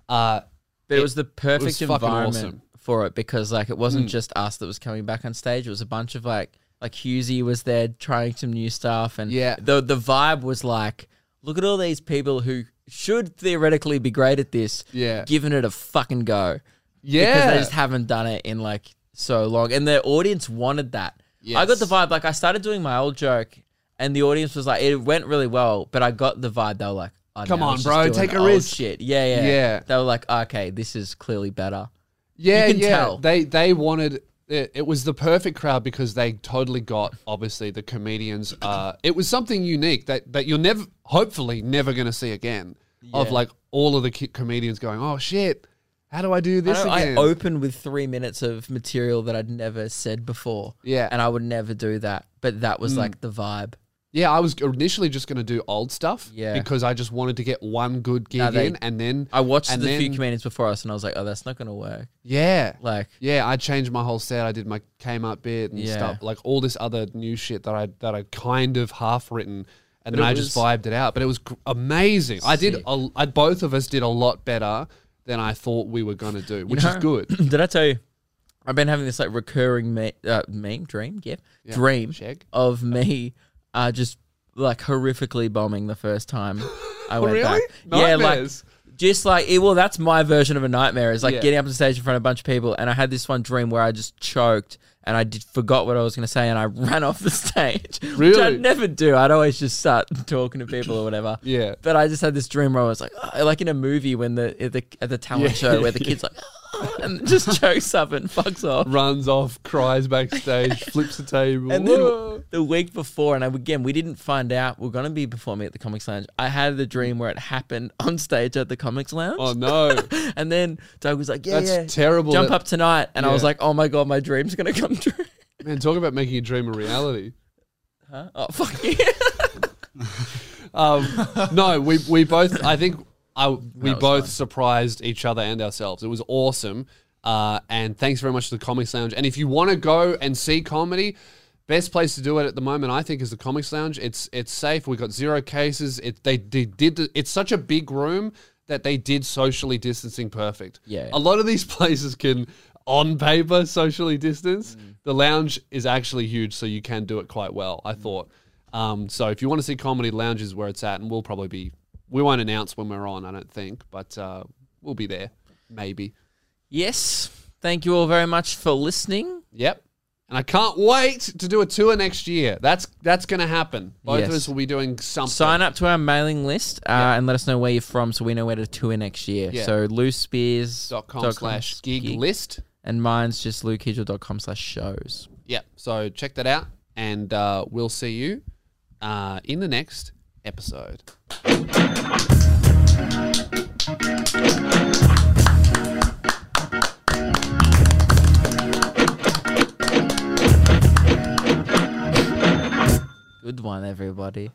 A: uh,
B: But it, was the perfect
A: fucking
B: environment
A: awesome. Hmm.
B: for it because like it wasn't just us that was coming back on stage. It was a bunch of like like Husey was there trying some new stuff and
A: Yeah.
B: the the vibe was like, look at all these people who should theoretically be great at this,
A: Yeah.
B: giving it a fucking go. Because
A: Yeah.
B: they just haven't done it in like so long. And the audience wanted that. I got
A: Yes.
B: the vibe, like I started doing my old joke and the audience was like, it went really well, but I got the vibe they were like, oh,
A: Come
B: now
A: on,
B: it's just
A: bro,
B: doing
A: take a
B: old
A: risk.
B: Shit. Yeah, yeah.
A: Yeah.
B: They were like, okay, this is clearly better.
A: Yeah,
B: You can
A: yeah.
B: tell.
A: They they wanted it, it was the perfect crowd because they totally got obviously the comedians uh it was something unique that that you're never hopefully never going to see again of
B: Yeah.
A: like all of the co- comedians going, "Oh shit. How do I do
B: I,
A: this
B: know I
A: again?"
B: opened with three minutes of material that I'd never said before.
A: Yeah. Mm.
B: And I would never do that. But that was like the vibe.
A: yeah, I was initially just going to do old stuff
B: Yeah.
A: because I just wanted to get one good gig
B: No, they-
A: in and then
B: I watched
A: And
B: the few
A: then-
B: comedians before us and I was like, oh, that's not going to work.
A: yeah.
B: Like,
A: Yeah, I changed my whole set. I did my came up bit and
B: Yeah.
A: stuff, like all this other new shit that I that I kind of half written, and then
B: it
A: I just
B: was-
A: vibed it out. But it was gr- amazing. I did.
B: Sick.
A: A, I both of us did a lot better than I thought we were gonna do, which
B: know-
A: is good.
B: did I tell you? I've been having this like recurring me- uh, meme, dream, yeah, dream
A: check.
B: of me uh, just like horrifically bombing the first time I went back. Yeah, like
A: Nightmares.
B: just like it, well, that's my version of a nightmare. Is like
A: Yeah.
B: getting up on stage in front of a bunch of people, and I had this one dream where I just choked and I did, forgot what I was going to say, and I ran off the stage, which
A: Really?
B: I'd never do. I'd always just start talking to people or whatever.
A: Yeah.
B: But I just had this dream where I was like, "Oh," like in a movie when the at the, at the talent show where the kid's like, "Oh," and just chokes up and fucks off.
A: runs off, cries backstage, flips the table.
B: And then
A: Whoa.
B: the week before, and I, again, we didn't find out we're going to be performing at the Comics Lounge. I had the dream where it happened on stage at the Comics Lounge.
A: oh no,
B: And then Doug was like, yeah,
A: That's
B: yeah,
A: terrible
B: Jump
A: that-
B: up tonight. And I was
A: Yeah.
B: like, oh my God, my dream's going to come true.
A: man, talk about making a dream a reality.
B: Huh? Oh, fuck yeah.
A: Um, no, we we both. I think I we
B: was
A: both surprised each other and ourselves. It was awesome. Uh, and thanks very much to the Comics Lounge. And if you want to go and see comedy, best place to do it at the moment, I think, is the Comics Lounge. It's it's safe. We got zero cases. It they did, did the, it's such a big room that they did socially distancing perfect.
B: Yeah.
A: a lot of these places can. On paper, socially distance. The lounge is actually huge, so you can do it quite well. I thought. Um, so if you want to see comedy lounges where it's at, and we'll probably be, we won't announce when we're on, I don't think, but uh, we'll be there, maybe.
B: yes. Thank you all very much for listening.
A: Yep. And I can't wait to do a tour next year. That's that's going to happen. Both
B: Yes.
A: of us will be doing something.
B: Sign up to our mailing list uh, and let us know where you're from so we know where to tour next year.
A: Yeah.
B: So loosebeers
A: Dot com slash gig, list.
B: And mine's just lukehidgel.com slash shows.
A: Yep. So check that out, and uh, we'll see you uh, in the next episode.
B: Good one, everybody.